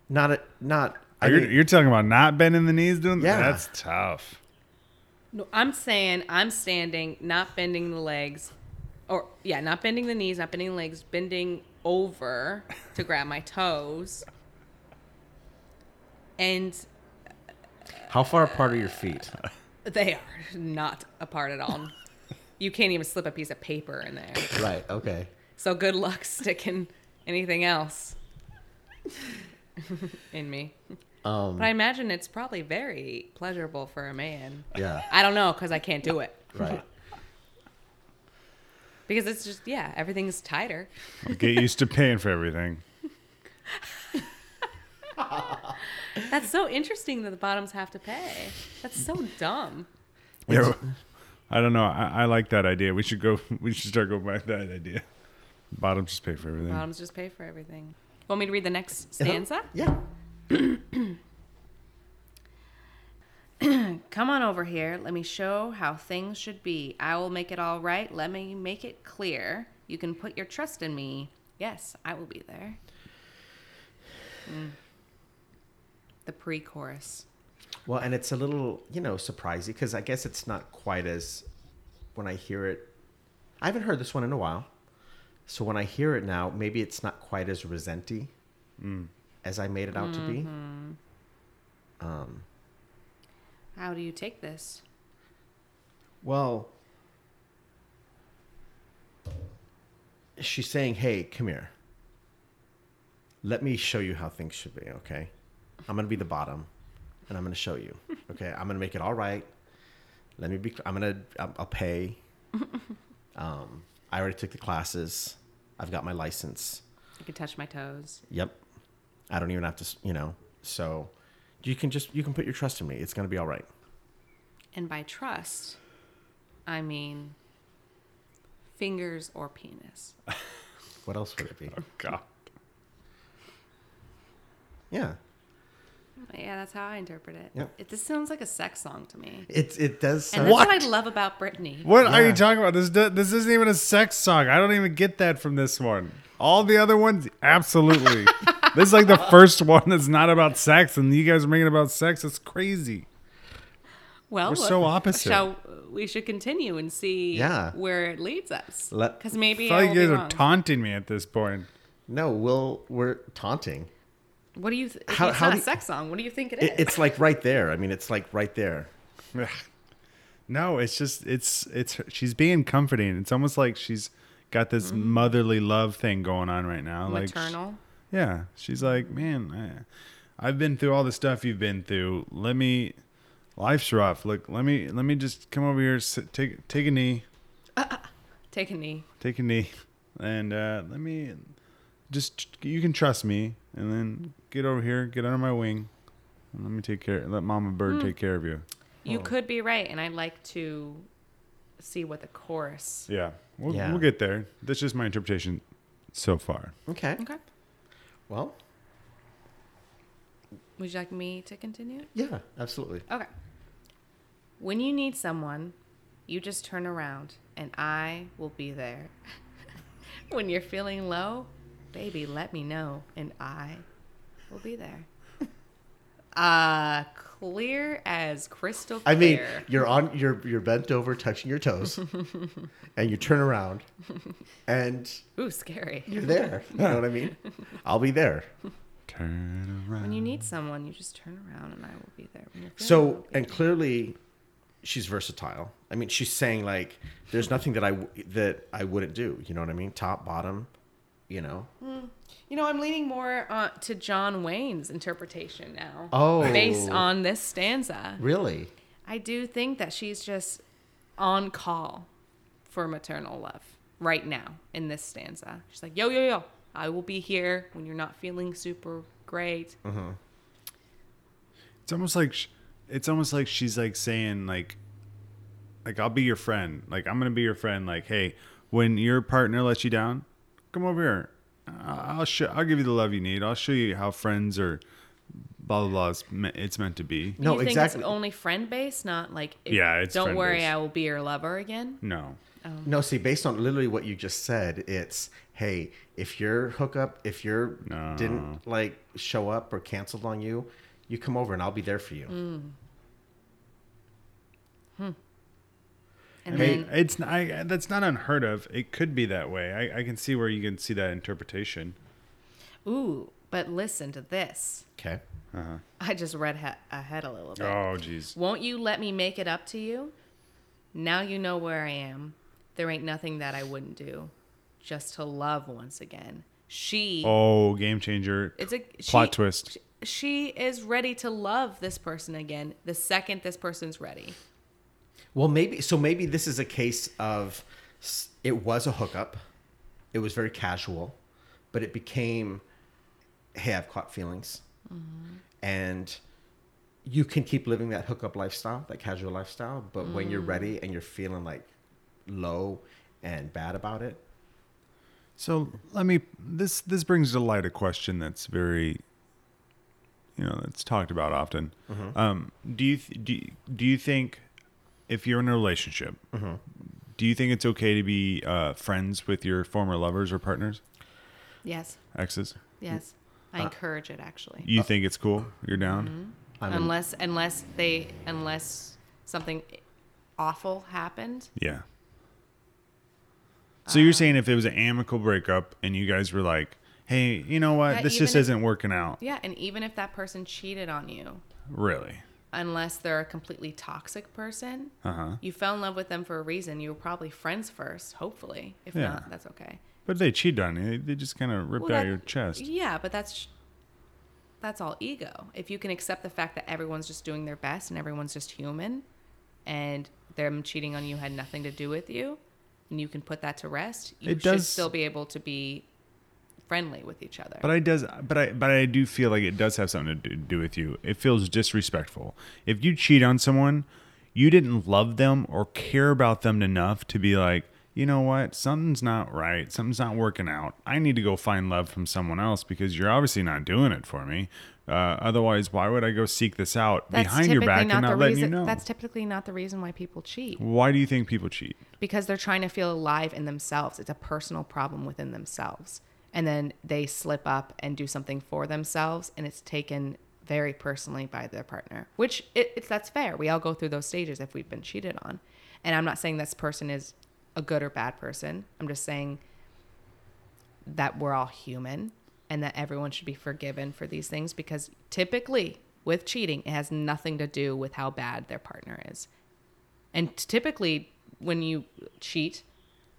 [SPEAKER 1] Not a not. I
[SPEAKER 4] you're,
[SPEAKER 1] mean,
[SPEAKER 4] you're talking about not bending the knees doing that?
[SPEAKER 1] Yeah.
[SPEAKER 4] That's tough.
[SPEAKER 2] No, I'm saying I'm standing, not bending the legs, or yeah, not bending the knees, not bending the legs, bending over to grab my toes. And
[SPEAKER 1] how far apart are your feet?
[SPEAKER 2] they are not apart at all. You can't even slip a piece of paper in there.
[SPEAKER 1] right. Okay.
[SPEAKER 2] So good luck sticking anything else in me.
[SPEAKER 1] Um.
[SPEAKER 2] But I imagine it's probably very pleasurable for a man.
[SPEAKER 1] Yeah.
[SPEAKER 2] I don't know because I can't do it.
[SPEAKER 1] Right.
[SPEAKER 2] Because it's just, yeah, everything's tighter.
[SPEAKER 4] Get used to paying for everything.
[SPEAKER 2] That's so interesting that the bottoms have to pay. That's so dumb.
[SPEAKER 4] Yeah, I don't know. I, I like that idea. We should go. We should start going back to that idea. Bottom just pay for everything.
[SPEAKER 2] Bottoms just pay for everything. Want me to read the next
[SPEAKER 1] Uh-huh.
[SPEAKER 2] stanza?
[SPEAKER 1] Yeah.
[SPEAKER 2] Come on over here. Let me show how things should be. I will make it all right. Let me make it clear. You can put your trust in me. Yes, I will be there. Mm. The pre chorus.
[SPEAKER 1] Well, and it's a little, you know, surprising because I guess it's not quite as when I hear it. I haven't heard this one in a while, so when I hear it now, maybe it's not quite as resenty as I made it out to be.
[SPEAKER 2] How do you take this?
[SPEAKER 1] Well, she's saying, "Hey, come here. Let me show you how things should be, okay? I'm going to be the bottom and I'm going to show you. Okay? I'm going to make it all right. Let me be I'm going to I'll I'll pay. um, I already took the classes. I've got my license.
[SPEAKER 2] You can touch my toes.
[SPEAKER 1] Yep. I don't even have to, s- you know. So you can just you can put your trust in me. It's going to be all right.
[SPEAKER 2] And by trust, I mean fingers or penis.
[SPEAKER 1] What else would it be?
[SPEAKER 4] God.
[SPEAKER 1] Yeah.
[SPEAKER 2] But yeah, that's how I interpret it.
[SPEAKER 1] Yep.
[SPEAKER 2] it. This sound like a sex song to me.
[SPEAKER 1] It it does
[SPEAKER 2] And
[SPEAKER 1] sound
[SPEAKER 2] that's what I love about Britney.
[SPEAKER 4] What are
[SPEAKER 1] Yeah.
[SPEAKER 4] you talking about? This do- this isn't even a sex song. I don't even get that from this one. All the other ones, absolutely. this is like the first one that's not about sex, and you guys are making it about sex. It's crazy.
[SPEAKER 2] Well, uh,
[SPEAKER 4] We're so opposite.
[SPEAKER 2] Shall uh, we should continue and see
[SPEAKER 1] Yeah.
[SPEAKER 2] where it leads us?
[SPEAKER 1] Let-
[SPEAKER 2] Because maybe
[SPEAKER 4] I
[SPEAKER 2] I
[SPEAKER 4] thought
[SPEAKER 2] will
[SPEAKER 4] you
[SPEAKER 2] be
[SPEAKER 4] guys are
[SPEAKER 2] wrong.
[SPEAKER 4] taunting me at this point.
[SPEAKER 1] No, we'll we're taunting.
[SPEAKER 2] what do you? Th-
[SPEAKER 1] How-
[SPEAKER 2] it's
[SPEAKER 1] how
[SPEAKER 2] not
[SPEAKER 1] do
[SPEAKER 2] a
[SPEAKER 1] you-
[SPEAKER 2] sex song. What do you think it is?
[SPEAKER 1] It, it's like right there. I mean, it's like right there.
[SPEAKER 4] Ugh. No, it's just it's it's she's being comforting. It's almost like she's got this motherly love thing going on right now. Like sh-
[SPEAKER 2] Maternal.
[SPEAKER 4] yeah, she's like, man, I, I've been through all the stuff you've been through. Let me, life's rough. Look, let me let me just come over here, sit, take take a knee,
[SPEAKER 2] Take a knee.
[SPEAKER 4] take a knee, and uh, let me just you can trust me, and then get over here, get under my wing, and let me take care. Let Mama Bird take care of you. Oh.
[SPEAKER 2] You could be right, and I'd like to see what the chorus.
[SPEAKER 4] Yeah. We'll,
[SPEAKER 1] Yeah.
[SPEAKER 4] we'll get there. That's just my interpretation so far.
[SPEAKER 1] Okay.
[SPEAKER 2] Okay.
[SPEAKER 1] Well,
[SPEAKER 2] Would you like me to continue?
[SPEAKER 1] yeah, absolutely.
[SPEAKER 2] Okay. When you need someone, you just turn around and I will be there. when you're feeling low, baby, let me know and I will be there. Uh clear as crystal
[SPEAKER 1] I
[SPEAKER 2] clear.
[SPEAKER 1] mean, you're on you're you're bent over touching your toes and you turn around and
[SPEAKER 2] Ooh, scary.
[SPEAKER 1] you're there. You know what I mean? I'll be there.
[SPEAKER 4] Turn around.
[SPEAKER 2] When you need someone, you just turn around and I will be there. When you're feeling
[SPEAKER 1] So,
[SPEAKER 2] low, baby-
[SPEAKER 1] and clearly she's versatile. I mean, she's saying like, there's nothing that I w- that I wouldn't do. You know what I mean? Top, bottom, you know.
[SPEAKER 2] You know, I'm leaning more uh, to John Wayne's interpretation now.
[SPEAKER 1] Oh.
[SPEAKER 2] Based on this stanza.
[SPEAKER 1] Really?
[SPEAKER 2] I do think that she's just on call for maternal love right now in this stanza. She's like, yo, yo, yo, I will be here when you're not feeling super great.
[SPEAKER 1] Mm-hmm.
[SPEAKER 4] It's almost like sh- it's almost like she's like saying like like I'll be your friend. Like I'm going to be your friend like hey, when your partner lets you down, come over here. I- I'll show I'll give you the love you need. I'll show you how friends are blah blah blah it's, me- it's meant to be.
[SPEAKER 1] No,
[SPEAKER 2] you think
[SPEAKER 1] exactly.
[SPEAKER 2] it's only friend based, not like, if-
[SPEAKER 4] Yeah, it's
[SPEAKER 2] don't worry,
[SPEAKER 4] friend-based.
[SPEAKER 2] I will be your lover again?
[SPEAKER 4] No.
[SPEAKER 1] No, see, based on literally what you just said, it's hey, if your hookup, if your
[SPEAKER 4] No.
[SPEAKER 1] didn't like show up or canceled on you, you come over and I'll be there for you.
[SPEAKER 2] And
[SPEAKER 1] Hey,
[SPEAKER 2] then
[SPEAKER 4] It's n- I, that's not unheard of. It could be that way. I, I can see where you can see that interpretation.
[SPEAKER 2] Ooh, but listen to this.
[SPEAKER 1] Okay.
[SPEAKER 2] I just read ha- ahead a little bit.
[SPEAKER 4] Oh jeez.
[SPEAKER 2] Won't you let me make it up to you? Now you know where I am. There ain't nothing that I wouldn't do just to love once again. She
[SPEAKER 4] Oh, game changer.
[SPEAKER 2] it's a she,
[SPEAKER 4] plot twist.
[SPEAKER 2] She, she is ready to love this person again the second this person's ready.
[SPEAKER 1] Well, maybe so. Maybe this is a case of s- it was a hookup. It was very casual, but it became, hey, I've caught feelings, and you can keep living that hookup lifestyle, that casual lifestyle. But when you're ready and you're feeling like low and bad about it,
[SPEAKER 4] So let me this this brings to light a question that's very you know that's talked about often. Um, do you th- do you, do you think if you're in a relationship, do you think it's okay to be uh, friends with your former lovers or partners,
[SPEAKER 2] Yes.
[SPEAKER 4] exes?
[SPEAKER 2] Yes. I encourage it actually.
[SPEAKER 4] Uh, You think it's cool? You're down?
[SPEAKER 2] mm-hmm.
[SPEAKER 1] I'm in-
[SPEAKER 2] unless unless they unless something awful happened.
[SPEAKER 4] Yeah. So
[SPEAKER 2] Uh,
[SPEAKER 4] you're saying if it was an amicable breakup and you guys were like, "Hey, you know
[SPEAKER 2] Yeah,
[SPEAKER 4] what? This just
[SPEAKER 2] even if-
[SPEAKER 4] isn't working out."
[SPEAKER 2] Yeah, and even if that person cheated on you,
[SPEAKER 4] Really?
[SPEAKER 2] unless they're a completely toxic person.
[SPEAKER 4] Uh-huh.
[SPEAKER 2] You fell in love with them for a reason. You were probably friends first, hopefully. If
[SPEAKER 4] Yeah.
[SPEAKER 2] not, that's okay.
[SPEAKER 4] But they cheated on you. They just kind of ripped
[SPEAKER 2] Well,
[SPEAKER 4] out
[SPEAKER 2] that-
[SPEAKER 4] your chest.
[SPEAKER 2] Yeah, but that's that's all ego. If you can accept the fact that everyone's just doing their best and everyone's just human and them cheating on you had nothing to do with you and you can put that to rest, you
[SPEAKER 4] It
[SPEAKER 2] should
[SPEAKER 4] does-
[SPEAKER 2] still be able to be friendly with each other.
[SPEAKER 4] But I does, but I, but I do feel like it does have something to do, do with you. It feels disrespectful if you cheat on someone, you didn't love them or care about them enough to be like, you know what, something's not right, something's not working out. I need to go find love from someone else because you're obviously not doing it for me. Uh, otherwise, why would I go seek this out behind your back and not
[SPEAKER 2] the
[SPEAKER 4] letting
[SPEAKER 2] reason.
[SPEAKER 4] you know?
[SPEAKER 2] That's typically not the reason why people cheat.
[SPEAKER 4] why do you think people cheat?
[SPEAKER 2] because they're trying to feel alive in themselves. It's a personal problem within themselves. And then they slip up and do something for themselves, and it's taken very personally by their partner, which it, it's that's fair. We all go through those stages if we've been cheated on. And I'm not saying this person is a good or bad person. I'm just saying that we're all human and that everyone should be forgiven for these things because typically with cheating, it has nothing to do with how bad their partner is. And typically, when you cheat,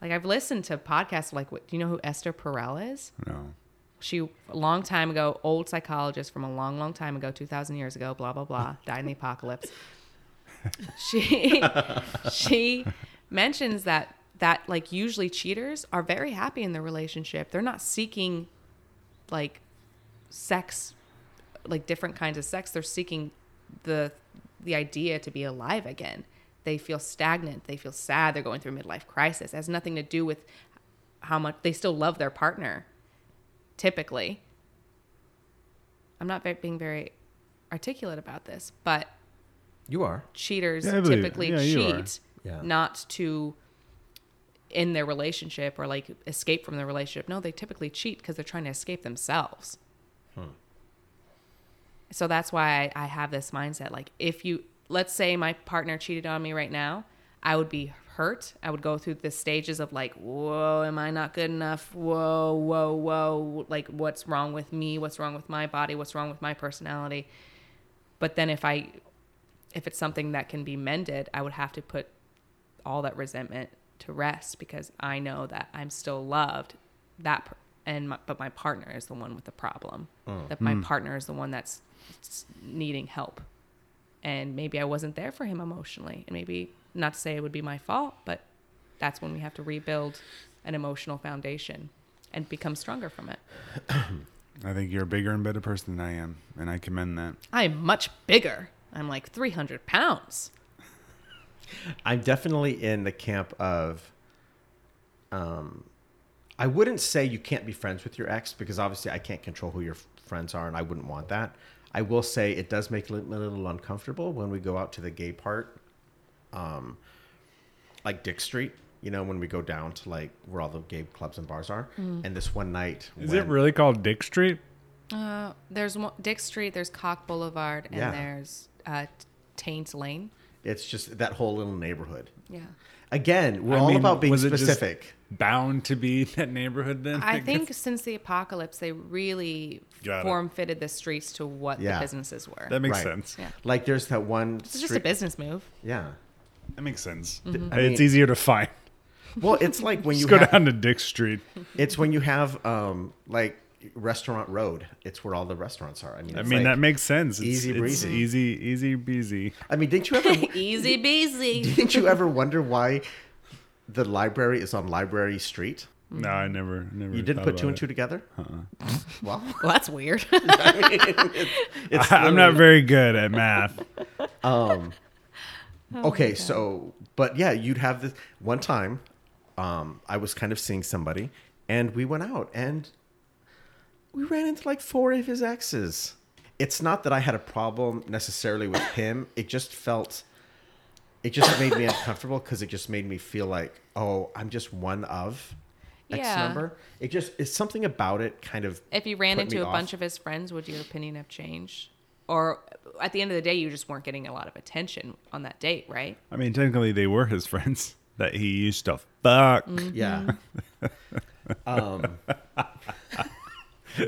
[SPEAKER 2] like I've listened to podcasts, like what, do you know who Esther Perel is?
[SPEAKER 4] No.
[SPEAKER 2] She a long time ago, old psychologist from a long, long time ago, two thousand years ago, blah blah blah, died in the apocalypse. She she mentions that that like usually cheaters are very happy in their relationship. They're not seeking like sex, like different kinds of sex. They're seeking the the idea to be alive again. They feel stagnant. They feel sad. They're going through a midlife crisis. It has nothing to do with how much they still love their partner. Typically, I'm not ve- being very articulate about this, but
[SPEAKER 1] you are.
[SPEAKER 2] cheaters
[SPEAKER 4] Yeah, I believe it.
[SPEAKER 2] typically
[SPEAKER 4] Yeah, you are.
[SPEAKER 2] cheat
[SPEAKER 1] Yeah.
[SPEAKER 2] not to in their relationship or like escape from their relationship. No, they typically cheat because they're trying to escape themselves. So that's why I, I have this mindset. Like, if you, let's say my partner cheated on me right now, I would be hurt. I would go through the stages of like, whoa, am I not good enough? Whoa, whoa, whoa. Like, what's wrong with me? What's wrong with my body? What's wrong with my personality? But then if I if it's something that can be mended, I would have to put all that resentment to rest because I know that I'm still loved. That per- and my, but my partner is the one with the problem. That my partner is the one that's s- needing help, and maybe I wasn't there for him emotionally, and maybe not to say it would be my fault, but that's when we have to rebuild an emotional foundation and become stronger from it.
[SPEAKER 4] I think you're a bigger and better person than I am, and I commend that.
[SPEAKER 2] I'm much bigger. I'm like 300 pounds.
[SPEAKER 1] I'm definitely in the camp of um I wouldn't say you can't be friends with your ex because obviously I can't control who your f- friends are and I wouldn't want that. I will say it does make me a little uncomfortable when we go out to the gay part um, like Dick Street, you know, when we go down to like where all the gay clubs and bars are.
[SPEAKER 2] Mm.
[SPEAKER 1] And this one night
[SPEAKER 5] Is
[SPEAKER 1] when-
[SPEAKER 5] it really called Dick Street?
[SPEAKER 2] Uh, there's one, Dick Street, there's Cock Boulevard, and
[SPEAKER 1] Yeah.
[SPEAKER 2] there's uh, Taint Lane.
[SPEAKER 1] it's just that whole little neighborhood.
[SPEAKER 2] Yeah.
[SPEAKER 1] Again, we're
[SPEAKER 5] I
[SPEAKER 1] all
[SPEAKER 5] mean,
[SPEAKER 1] about being
[SPEAKER 5] was it just-
[SPEAKER 1] specific.
[SPEAKER 5] Bound to be that neighborhood then?
[SPEAKER 2] I think since the apocalypse, they really
[SPEAKER 4] Got it.
[SPEAKER 2] form fitted the streets to what
[SPEAKER 1] Yeah.
[SPEAKER 2] the businesses were.
[SPEAKER 4] That makes
[SPEAKER 1] Right.
[SPEAKER 4] sense.
[SPEAKER 2] yeah.
[SPEAKER 1] Like there's that one
[SPEAKER 2] It's just a business move.
[SPEAKER 1] Yeah.
[SPEAKER 4] That makes sense.
[SPEAKER 1] I mean-
[SPEAKER 5] it's easier to find.
[SPEAKER 1] Well, it's like when you
[SPEAKER 5] Just go
[SPEAKER 1] have-
[SPEAKER 5] down to Dick Street.
[SPEAKER 1] It's when you have um like restaurant road. It's where all the restaurants are. I mean,
[SPEAKER 4] I
[SPEAKER 1] it's
[SPEAKER 4] mean,
[SPEAKER 1] like-
[SPEAKER 4] that makes sense. It's,
[SPEAKER 1] easy
[SPEAKER 4] it's
[SPEAKER 1] breezy.
[SPEAKER 4] easy, easy breezy.
[SPEAKER 1] I mean, didn't you ever
[SPEAKER 2] Easy beasy.
[SPEAKER 1] didn't you ever wonder why the library is on Library Street? Mm-hmm.
[SPEAKER 4] No, I never, never.
[SPEAKER 1] You didn't
[SPEAKER 4] thought
[SPEAKER 1] put two
[SPEAKER 4] about
[SPEAKER 1] and
[SPEAKER 4] it. Uh-uh.
[SPEAKER 1] two together. Well,
[SPEAKER 2] well, that's weird.
[SPEAKER 1] it's
[SPEAKER 4] I'm
[SPEAKER 1] literally-
[SPEAKER 4] not very good at math.
[SPEAKER 1] okay so but yeah you'd have this one time um i was kind of seeing somebody and we went out and we ran into like four of his exes it's not that i had a problem necessarily with him it just felt it just made me uncomfortable because it just made me feel like oh i'm just one of x
[SPEAKER 2] Yeah.
[SPEAKER 1] number it just it's something about it kind of
[SPEAKER 2] if you ran
[SPEAKER 1] put
[SPEAKER 2] into
[SPEAKER 1] me
[SPEAKER 2] a
[SPEAKER 1] off.
[SPEAKER 2] bunch of his friends, would your opinion have changed? Or at the end of the day, you just weren't getting a lot of attention on that date, right?
[SPEAKER 4] I mean, technically, they were his friends that he used to fuck.
[SPEAKER 1] Yeah.
[SPEAKER 4] Mm-hmm.
[SPEAKER 1] um,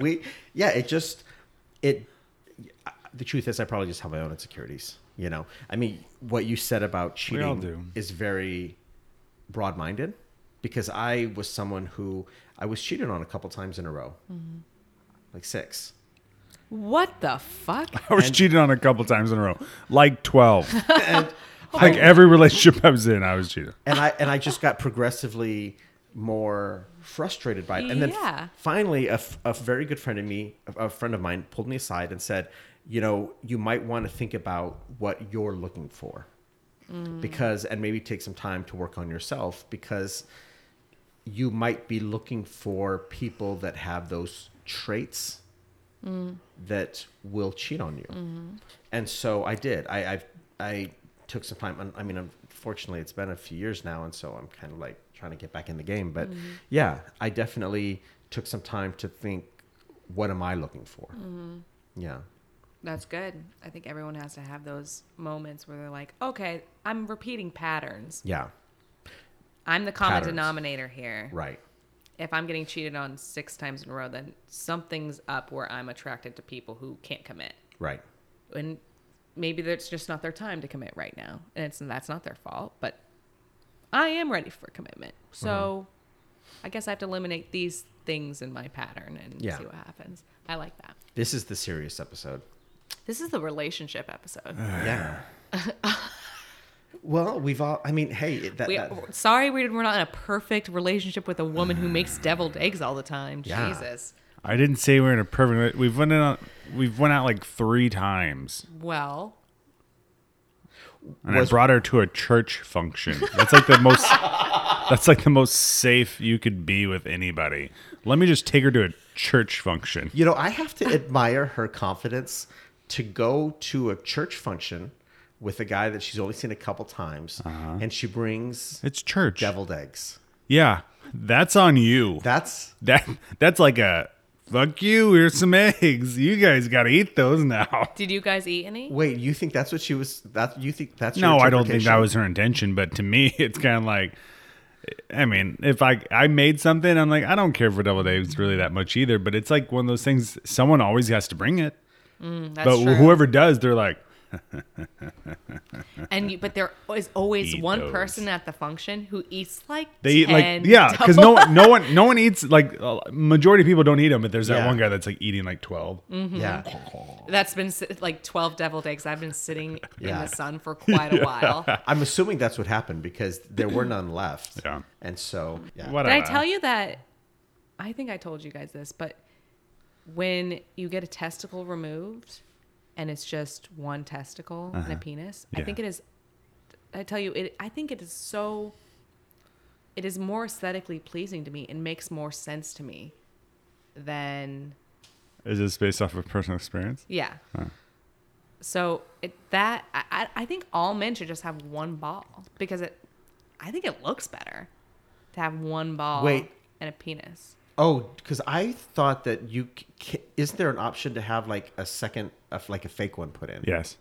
[SPEAKER 1] we yeah, it just it. The truth is, I probably just have my own insecurities. You know, I mean, what you said about
[SPEAKER 4] We all do.
[SPEAKER 1] cheating is very broad-minded because I was someone who I was cheated on a couple times in a row,
[SPEAKER 4] Mm-hmm.
[SPEAKER 1] like six.
[SPEAKER 2] What the fuck?
[SPEAKER 4] I was cheated on a couple times in a row, like twelve.
[SPEAKER 1] And-
[SPEAKER 4] like every relationship I was in, I was cheated.
[SPEAKER 1] and I and I just got progressively more frustrated by it. And then f-
[SPEAKER 2] Yeah.
[SPEAKER 1] finally, a, f- a very good friend of me, a a friend of mine, pulled me aside and said, "You know, you might want to think about what you're looking for, because and maybe take some time to work on yourself because you might be looking for people that have those traits." that will cheat on you. And so I did. I I've, I took some time. and I mean, unfortunately, it's been a few years now, and so I'm kind of like trying to get back in the game. But yeah, I definitely took some time to think, what am I looking for? Yeah.
[SPEAKER 2] That's good. I think everyone has to have those moments where they're like, okay, I'm repeating patterns.
[SPEAKER 1] Yeah.
[SPEAKER 2] I'm the common
[SPEAKER 1] Patterns.
[SPEAKER 2] denominator here.
[SPEAKER 1] Right.
[SPEAKER 2] If I'm getting cheated on six times in a row, then something's up where I'm attracted to people who can't commit.
[SPEAKER 1] Right.
[SPEAKER 2] And maybe that's just not their time to commit right now. And it's that's not their fault, but I am ready for commitment. So
[SPEAKER 1] Mm-hmm.
[SPEAKER 2] I guess I have to eliminate these things in my pattern and
[SPEAKER 1] Yeah.
[SPEAKER 2] see what happens. I like that.
[SPEAKER 1] This is the serious episode.
[SPEAKER 2] This is the relationship episode.
[SPEAKER 1] Uh, yeah. well, we've all. I mean, hey, it- that,
[SPEAKER 2] We,
[SPEAKER 1] that-
[SPEAKER 2] sorry, we- we're not in a perfect relationship with a woman who makes deviled eggs all the time.
[SPEAKER 1] Yeah.
[SPEAKER 2] Jesus.
[SPEAKER 4] I didn't say we're in a perfect. We've went out. We've went out like three times,
[SPEAKER 2] Well,
[SPEAKER 4] and
[SPEAKER 1] Was-
[SPEAKER 4] I brought her to a church function. That's like the most. that's like the most safe you could be with anybody. Let me just take her to a church function.
[SPEAKER 1] You know, I have to admire her confidence to go to a church function with a guy that she's only seen a couple times,
[SPEAKER 4] Uh-huh.
[SPEAKER 1] and she brings
[SPEAKER 4] It's church.
[SPEAKER 1] deviled eggs.
[SPEAKER 4] Yeah, that's on you.
[SPEAKER 1] That's
[SPEAKER 4] That that's like a fuck you. Here's some eggs. You guys gotta eat those now.
[SPEAKER 2] did you guys eat any?
[SPEAKER 1] wait. You think that's what she was? That you think that's your
[SPEAKER 4] No, I don't think that
[SPEAKER 1] interpretation?
[SPEAKER 4] was her intention. But to me, it's kind of like, I mean, if I I made something, I'm like, I don't care for double eggs really that much either. But it's like one of those things. Someone always has to bring it.
[SPEAKER 2] That's
[SPEAKER 4] but
[SPEAKER 2] true.
[SPEAKER 4] whoever does, they're like,
[SPEAKER 2] and you, but there is always
[SPEAKER 4] Eat
[SPEAKER 2] one
[SPEAKER 4] those.
[SPEAKER 2] person at the function who eats like
[SPEAKER 4] They eat
[SPEAKER 2] 10
[SPEAKER 4] like yeah, because no
[SPEAKER 2] double-
[SPEAKER 4] one, no one, no one eats like uh, majority of people don't eat them, but there's that
[SPEAKER 1] Yeah.
[SPEAKER 4] one guy that's like eating like 12
[SPEAKER 2] Mm-hmm.
[SPEAKER 1] Yeah.
[SPEAKER 2] that's been si- like twelve deviled eggs. I've been sitting
[SPEAKER 1] Yeah.
[SPEAKER 2] in the sun for quite a while.
[SPEAKER 1] I'm assuming that's what happened because there were none left.
[SPEAKER 4] Yeah.
[SPEAKER 1] And so, yeah.
[SPEAKER 4] Whatever.
[SPEAKER 2] Did I tell you that? I think I told you guys this, but when you get a testicle removed and it's just one testicle and a penis, I
[SPEAKER 4] Yeah.
[SPEAKER 2] think it is. I tell you, it. I think it is so. It is more aesthetically pleasing to me and makes more sense to me than
[SPEAKER 4] Is this based off of personal experience?
[SPEAKER 2] yeah. So it, that I, I- I think all men should just have one ball because it. I think it looks better to have one ball
[SPEAKER 1] Wait.
[SPEAKER 2] and a penis.
[SPEAKER 1] Oh, because I thought that you c- c- isn't there an option to have like a second, of like a fake one put in?
[SPEAKER 4] Yes.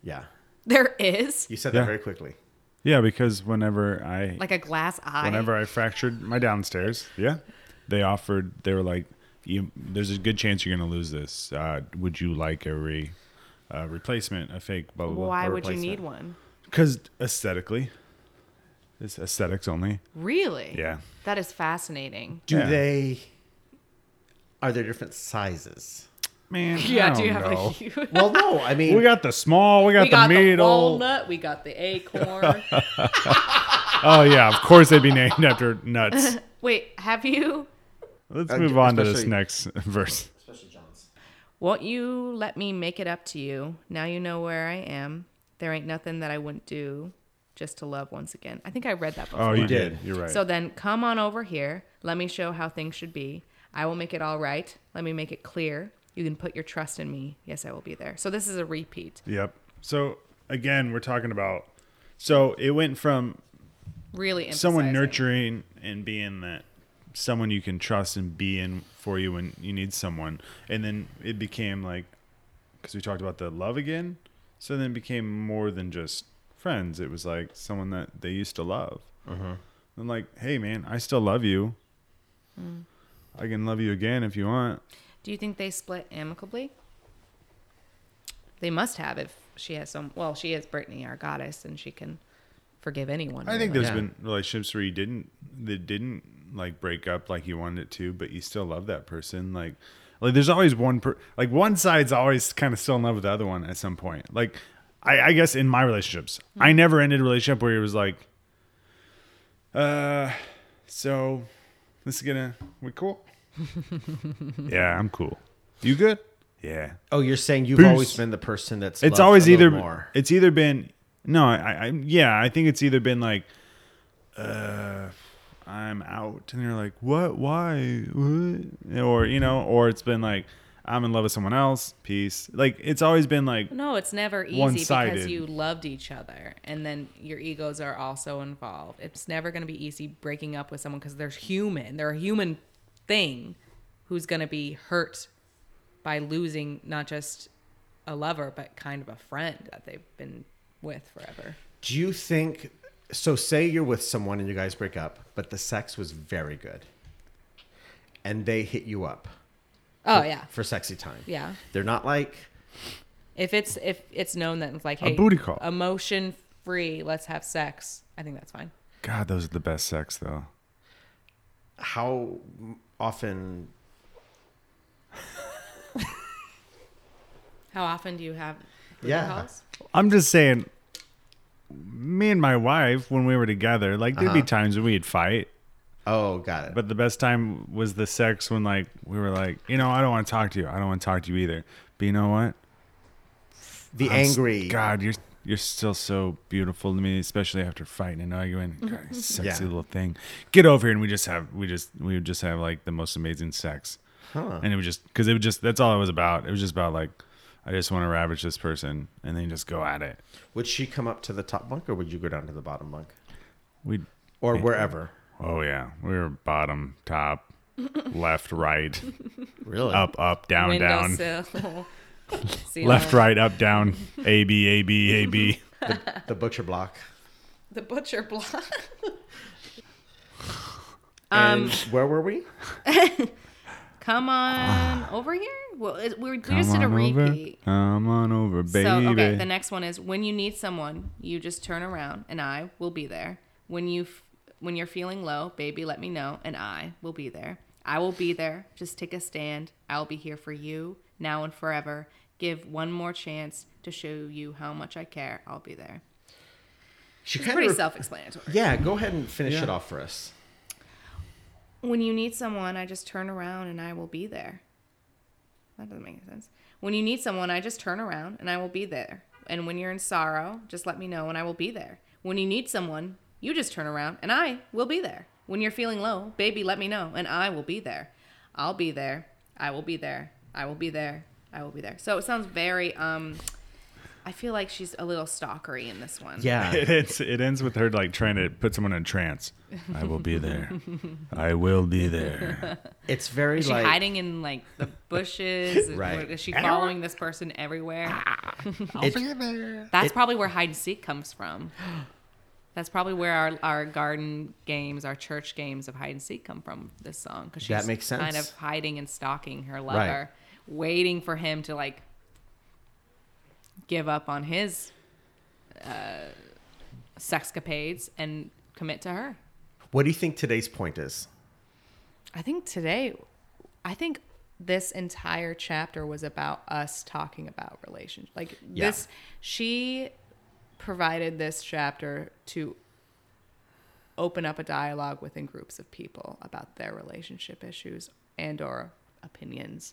[SPEAKER 1] Yeah.
[SPEAKER 2] There is
[SPEAKER 1] You said
[SPEAKER 4] Yeah.
[SPEAKER 1] that very quickly.
[SPEAKER 4] Yeah, because whenever I
[SPEAKER 2] like a glass eye.
[SPEAKER 4] whenever I fractured my downstairs, yeah, they offered. They were like, you, "There's a good chance you're going to lose this. Uh, would you like a re, uh, replacement, a fake?" Blah blah. blah.
[SPEAKER 2] Why
[SPEAKER 4] A
[SPEAKER 2] would you
[SPEAKER 4] replacement.
[SPEAKER 2] need one?
[SPEAKER 4] Because aesthetically, it's aesthetics only.
[SPEAKER 2] Really?
[SPEAKER 4] Yeah.
[SPEAKER 2] That is fascinating.
[SPEAKER 1] Do
[SPEAKER 4] Yeah.
[SPEAKER 1] they? Are there different sizes?
[SPEAKER 4] Man, I
[SPEAKER 2] Yeah.
[SPEAKER 4] don't
[SPEAKER 2] do you have
[SPEAKER 4] know.
[SPEAKER 2] a?
[SPEAKER 1] Well, no. I mean,
[SPEAKER 4] We got the small. We got
[SPEAKER 2] we got
[SPEAKER 4] the
[SPEAKER 2] the
[SPEAKER 4] middle.
[SPEAKER 2] walnut. We got the acorn.
[SPEAKER 4] oh yeah, of course they'd be named after nuts.
[SPEAKER 2] Wait, have you?
[SPEAKER 4] Let's
[SPEAKER 1] Uh,
[SPEAKER 4] move on to this
[SPEAKER 1] especially-
[SPEAKER 4] next verse.
[SPEAKER 1] especially John's.
[SPEAKER 2] Won't you let me make it up to you? Now you know where I am. There ain't nothing that I wouldn't do just to love once again. I think I read that before.
[SPEAKER 4] Oh, you
[SPEAKER 1] did.
[SPEAKER 4] did. You're right.
[SPEAKER 2] So then come on over here. Let me show how things should be. I will make it all right. Let me make it clear. You can put your trust in me. Yes, I will be there. So this is a repeat.
[SPEAKER 4] Yep. So again, we're talking about. So it went from
[SPEAKER 2] Really
[SPEAKER 4] someone
[SPEAKER 2] emphasizing.
[SPEAKER 4] nurturing and being that someone you can trust and be in for you when you need someone, and then it became like because we talked about the love again. So then it became more than just friends. It was like someone that they used to love. And like, hey man, I still love you.
[SPEAKER 2] Mm.
[SPEAKER 4] I can love you again if you want.
[SPEAKER 2] Do you think they split amicably? They must have if she has some. Well, she is Brittany, our goddess, and she can forgive anyone.
[SPEAKER 4] I think
[SPEAKER 2] really.
[SPEAKER 1] Yeah.
[SPEAKER 4] there's been relationships where you didn't that didn't like break up like you wanted it to, but you still love that person. Like like there's always one per like one side's always kind of still in love with the other one at some point. Like I, I guess in my relationships, I never ended a relationship where it was like, uh, so this is gonna we cool. yeah, I'm cool. You good? Yeah.
[SPEAKER 1] Oh, you're saying you've
[SPEAKER 4] Peace.
[SPEAKER 1] always been the person that's.
[SPEAKER 4] It's
[SPEAKER 1] loved
[SPEAKER 4] always
[SPEAKER 1] a little
[SPEAKER 4] either
[SPEAKER 1] more.
[SPEAKER 4] it's either been no, I, I yeah, I think it's either been like, uh, I'm out, and they're like, what, why, what? or you know, or it's been like, I'm in love with someone else, peace. Like it's always been like,
[SPEAKER 2] No, it's never easy because
[SPEAKER 4] One-sided.
[SPEAKER 2] you loved each other, and then your egos are also involved. It's never going to be easy breaking up with someone because they're human. They're a human thing who's going to be hurt by losing not just a lover, but kind of a friend that they've been with forever.
[SPEAKER 1] Do you think so? Say you're with someone and you guys break up, but the sex was very good, and they hit you up
[SPEAKER 2] Oh yeah,
[SPEAKER 1] for sexy time.
[SPEAKER 2] Yeah.
[SPEAKER 1] they're not like
[SPEAKER 2] If it's if it's known that it's like hey,
[SPEAKER 4] booty call.
[SPEAKER 2] emotion free, let's have sex. I think that's fine.
[SPEAKER 4] God, those are the best sex though.
[SPEAKER 1] how often.
[SPEAKER 2] How often do you have? booty
[SPEAKER 1] Yeah.
[SPEAKER 2] calls?
[SPEAKER 4] I'm just saying, me and my wife when we were together, like there'd be times when we'd fight,
[SPEAKER 1] Oh, got it.
[SPEAKER 4] But the best time was the sex when like we were like, you know, I don't want to talk to you. I don't want to talk to you either. But you know what?
[SPEAKER 1] the
[SPEAKER 4] I'm s-
[SPEAKER 1] angry.
[SPEAKER 4] God, you're you're still so beautiful to me, especially after fighting and arguing. God, you sexy
[SPEAKER 1] Yeah.
[SPEAKER 4] little thing. Get over here, and we just have we just we would just have like the most amazing sex. And it was just because it was just that's all it was about. It was just about like I just want to ravage this person, and then just go at it.
[SPEAKER 1] Would she come up to the top bunk, or would you go down to the bottom bunk,
[SPEAKER 4] We
[SPEAKER 1] or wherever?
[SPEAKER 4] oh yeah, we were bottom top, left right,
[SPEAKER 1] Really?
[SPEAKER 4] up up down down.
[SPEAKER 2] Windowsill. ceiling.
[SPEAKER 4] Left, right, up, down, A, B, A, B, A, B.
[SPEAKER 1] The butcher block.
[SPEAKER 2] The butcher block. Um,
[SPEAKER 1] And where were we?
[SPEAKER 2] Come on over here. Well, it, we were- we just did a
[SPEAKER 4] over,
[SPEAKER 2] repeat.
[SPEAKER 4] come on over, baby.
[SPEAKER 2] So okay, the next one is when you need someone, you just turn around and I will be there. When you f- when you're feeling low, baby, let me know and I will be there. I will be there. Just take a stand. I'll be here for you now and forever. Give one more chance to show you how much I care. I'll be there.
[SPEAKER 1] She
[SPEAKER 2] It's
[SPEAKER 1] kind
[SPEAKER 2] pretty
[SPEAKER 1] of
[SPEAKER 2] self-explanatory.
[SPEAKER 1] Yeah, go ahead and finish it off for us.
[SPEAKER 2] When you need someone, I just turn around and I will be there. That doesn't make any sense. When you need someone, I just turn around and I will be there. And when you're in sorrow, just let me know and I will be there. When you need someone, you just turn around and I will be there. When you're feeling low, baby, let me know and I will be there. I'll be there. I will be there. I will be there. I will be there. So it sounds very um I feel like she's a little stalkery in this one.
[SPEAKER 1] Yeah.
[SPEAKER 4] it ends, it ends with her like trying to put someone in trance. I will be there. I will be there.
[SPEAKER 1] It's very
[SPEAKER 2] Is she
[SPEAKER 1] like
[SPEAKER 2] hiding in like the bushes? Is-
[SPEAKER 1] Right. Ah,
[SPEAKER 2] Is she following this person everywhere?
[SPEAKER 1] it-
[SPEAKER 2] That's probably where hide and seek comes from. That's probably where our, our garden games, our church games of hide and seek come from this song because she's
[SPEAKER 1] That makes sense.
[SPEAKER 2] kind of hiding and stalking her lover, waiting for him to like give up on his uh, sexcapades and commit to her.
[SPEAKER 1] What do you think today's point is?
[SPEAKER 2] I think today, I think this entire chapter was about us talking about relationships. Like
[SPEAKER 1] Yeah.
[SPEAKER 2] this, she provided this chapter to open up a dialogue within groups of people about their relationship issues and or opinions.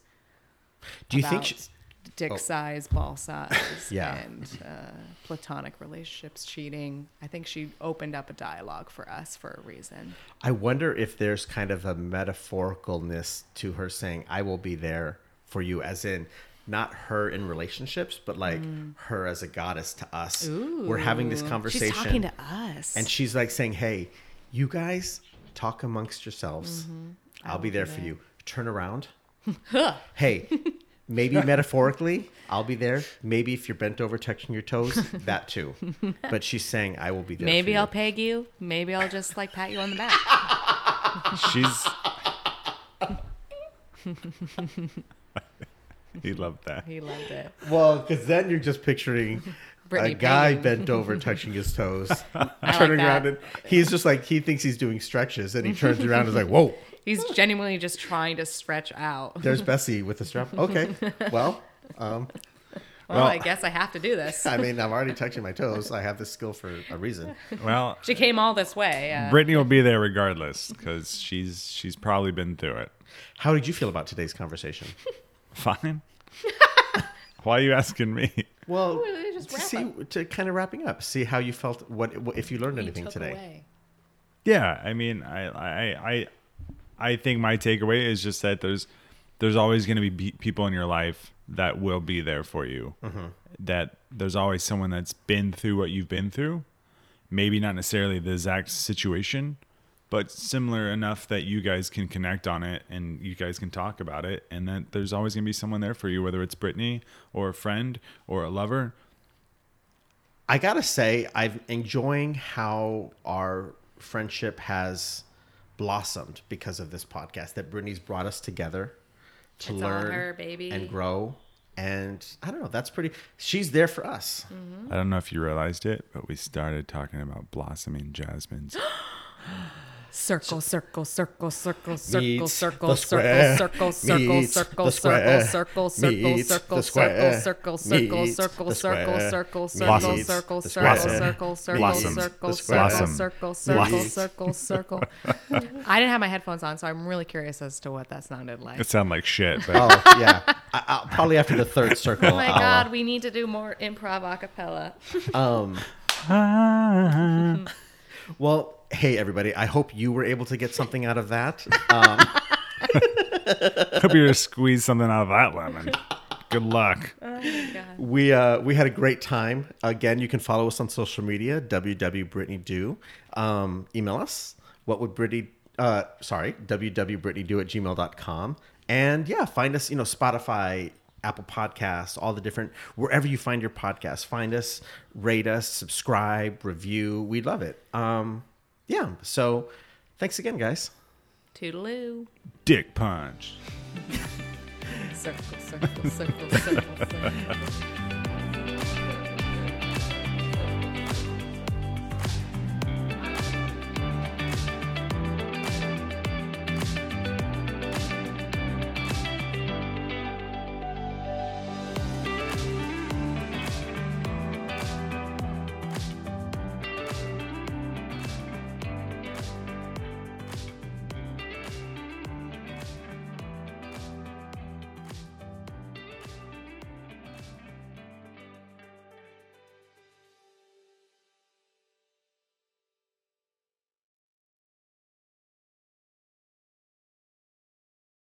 [SPEAKER 1] Do you
[SPEAKER 2] about
[SPEAKER 1] think she,
[SPEAKER 2] dick
[SPEAKER 1] oh.
[SPEAKER 2] size, ball size,
[SPEAKER 1] Yeah.
[SPEAKER 2] and uh, platonic relationships, cheating? I think she opened up a dialogue for us for a reason.
[SPEAKER 1] I wonder if there's kind of a metaphoricalness to her saying, I will be there for you, as in not her in relationships, but like her as a goddess to us. We're having this conversation.
[SPEAKER 2] Mm. She's talking to us.
[SPEAKER 1] And she's like saying, Hey, you guys talk amongst yourselves.
[SPEAKER 2] Mm-hmm.
[SPEAKER 1] I'll be there for you. Turn around. hey, maybe metaphorically, I'll be there. Maybe if you're bent over touching your toes, that too. But she's saying, I will be there.
[SPEAKER 2] Maybe
[SPEAKER 1] for
[SPEAKER 2] I'll
[SPEAKER 1] you.
[SPEAKER 2] peg you. Maybe I'll just like pat you on the back.
[SPEAKER 4] She's. he loved that.
[SPEAKER 2] He loved it.
[SPEAKER 1] Well, because then you're just picturing
[SPEAKER 2] Brittany
[SPEAKER 1] a guy
[SPEAKER 2] Payne.
[SPEAKER 1] bent over touching his toes,
[SPEAKER 2] like
[SPEAKER 1] turning around,
[SPEAKER 2] that.
[SPEAKER 1] and he's just like he thinks he's doing stretches, and he turns around and is like, "Whoa,
[SPEAKER 2] He's genuinely just trying to stretch out. Well,
[SPEAKER 1] there's Bessie with the strap." Okay, well, um,
[SPEAKER 2] I guess I have to do this.
[SPEAKER 1] I mean, I'm already touching my toes. I have this skill for a reason.
[SPEAKER 4] Well,
[SPEAKER 2] She came all this way. Uh,
[SPEAKER 4] Brittany will be there regardless because she's she's probably been through it.
[SPEAKER 1] How did you feel about today's conversation?
[SPEAKER 4] Fine. Why are you asking me?
[SPEAKER 1] Well,
[SPEAKER 2] Ooh, Oh, just
[SPEAKER 1] to
[SPEAKER 2] wrap
[SPEAKER 1] see to kind of wrapping up, see how you felt. What if you learned
[SPEAKER 2] he
[SPEAKER 1] anything
[SPEAKER 2] took
[SPEAKER 1] today?
[SPEAKER 2] away.
[SPEAKER 4] Yeah, I mean, I, I, I, I think my takeaway is just that there's, there's always going to be be people in your life that will be there for you. That there's always someone that's been through what you've been through. Maybe not necessarily the exact situation, but similar enough that you guys can connect on it and you guys can talk about it. And that there's always going to be someone there for you, whether it's Brittany or a friend or a lover.
[SPEAKER 1] I gotta say, I'm enjoying how our friendship has blossomed because of this podcast. That Brittany's brought us together to
[SPEAKER 2] It's all
[SPEAKER 1] learn
[SPEAKER 2] her, baby.
[SPEAKER 1] and grow. And I don't know. That's pretty. She's there for us.
[SPEAKER 2] Mm.
[SPEAKER 4] I don't know if you realized it, but we started talking about blossoming jasmines.
[SPEAKER 2] Circle, circle, circle, circle, circle,
[SPEAKER 1] Meets
[SPEAKER 2] circle,
[SPEAKER 1] the
[SPEAKER 2] circle,
[SPEAKER 1] square.
[SPEAKER 2] circle, circle,
[SPEAKER 1] Meets
[SPEAKER 2] circle,
[SPEAKER 1] the
[SPEAKER 2] circle,
[SPEAKER 1] square.
[SPEAKER 2] circle, circle,
[SPEAKER 1] Meets
[SPEAKER 2] circle,
[SPEAKER 1] the
[SPEAKER 2] circle,
[SPEAKER 1] square.
[SPEAKER 2] circle, circle,
[SPEAKER 1] Meets
[SPEAKER 2] circle,
[SPEAKER 1] the
[SPEAKER 2] circle,
[SPEAKER 1] square.
[SPEAKER 2] circle, circle,
[SPEAKER 1] Blossoms.
[SPEAKER 2] circle,
[SPEAKER 1] The
[SPEAKER 2] circle,
[SPEAKER 1] square.
[SPEAKER 2] circle, circle,
[SPEAKER 4] Blossoms.
[SPEAKER 2] circle,
[SPEAKER 1] The
[SPEAKER 2] circle,
[SPEAKER 1] square.
[SPEAKER 2] circle, circle,
[SPEAKER 1] Meets.
[SPEAKER 2] circle, circle. I didn't have my headphones on, so I'm really curious as to what that sounded like.
[SPEAKER 4] It sounded like shit, but
[SPEAKER 1] Oh yeah. I, I'll, probably after the third circle.
[SPEAKER 2] Oh my
[SPEAKER 1] I'll, uh,
[SPEAKER 2] god, we need to do more improv a cappella.
[SPEAKER 1] Um, well, hey everybody. I hope you were able to get something out of that. Um,
[SPEAKER 4] Hope you squeeze something out of that lemon. Good luck.
[SPEAKER 1] we uh, we had a great time. Again, you can follow us on social media. www.brittanydo. Um, email us. What would Brittany? Uh, sorry, www.brittanydo at gmail.com. And yeah, find us. You know, Spotify, Apple Podcasts, all the different wherever you find your podcast. Find us, rate us, subscribe, review. We love it. Um, yeah. So, thanks again, guys.
[SPEAKER 2] Toodaloo.
[SPEAKER 4] Dick punch.
[SPEAKER 2] circle, circle, circle, circle, circle.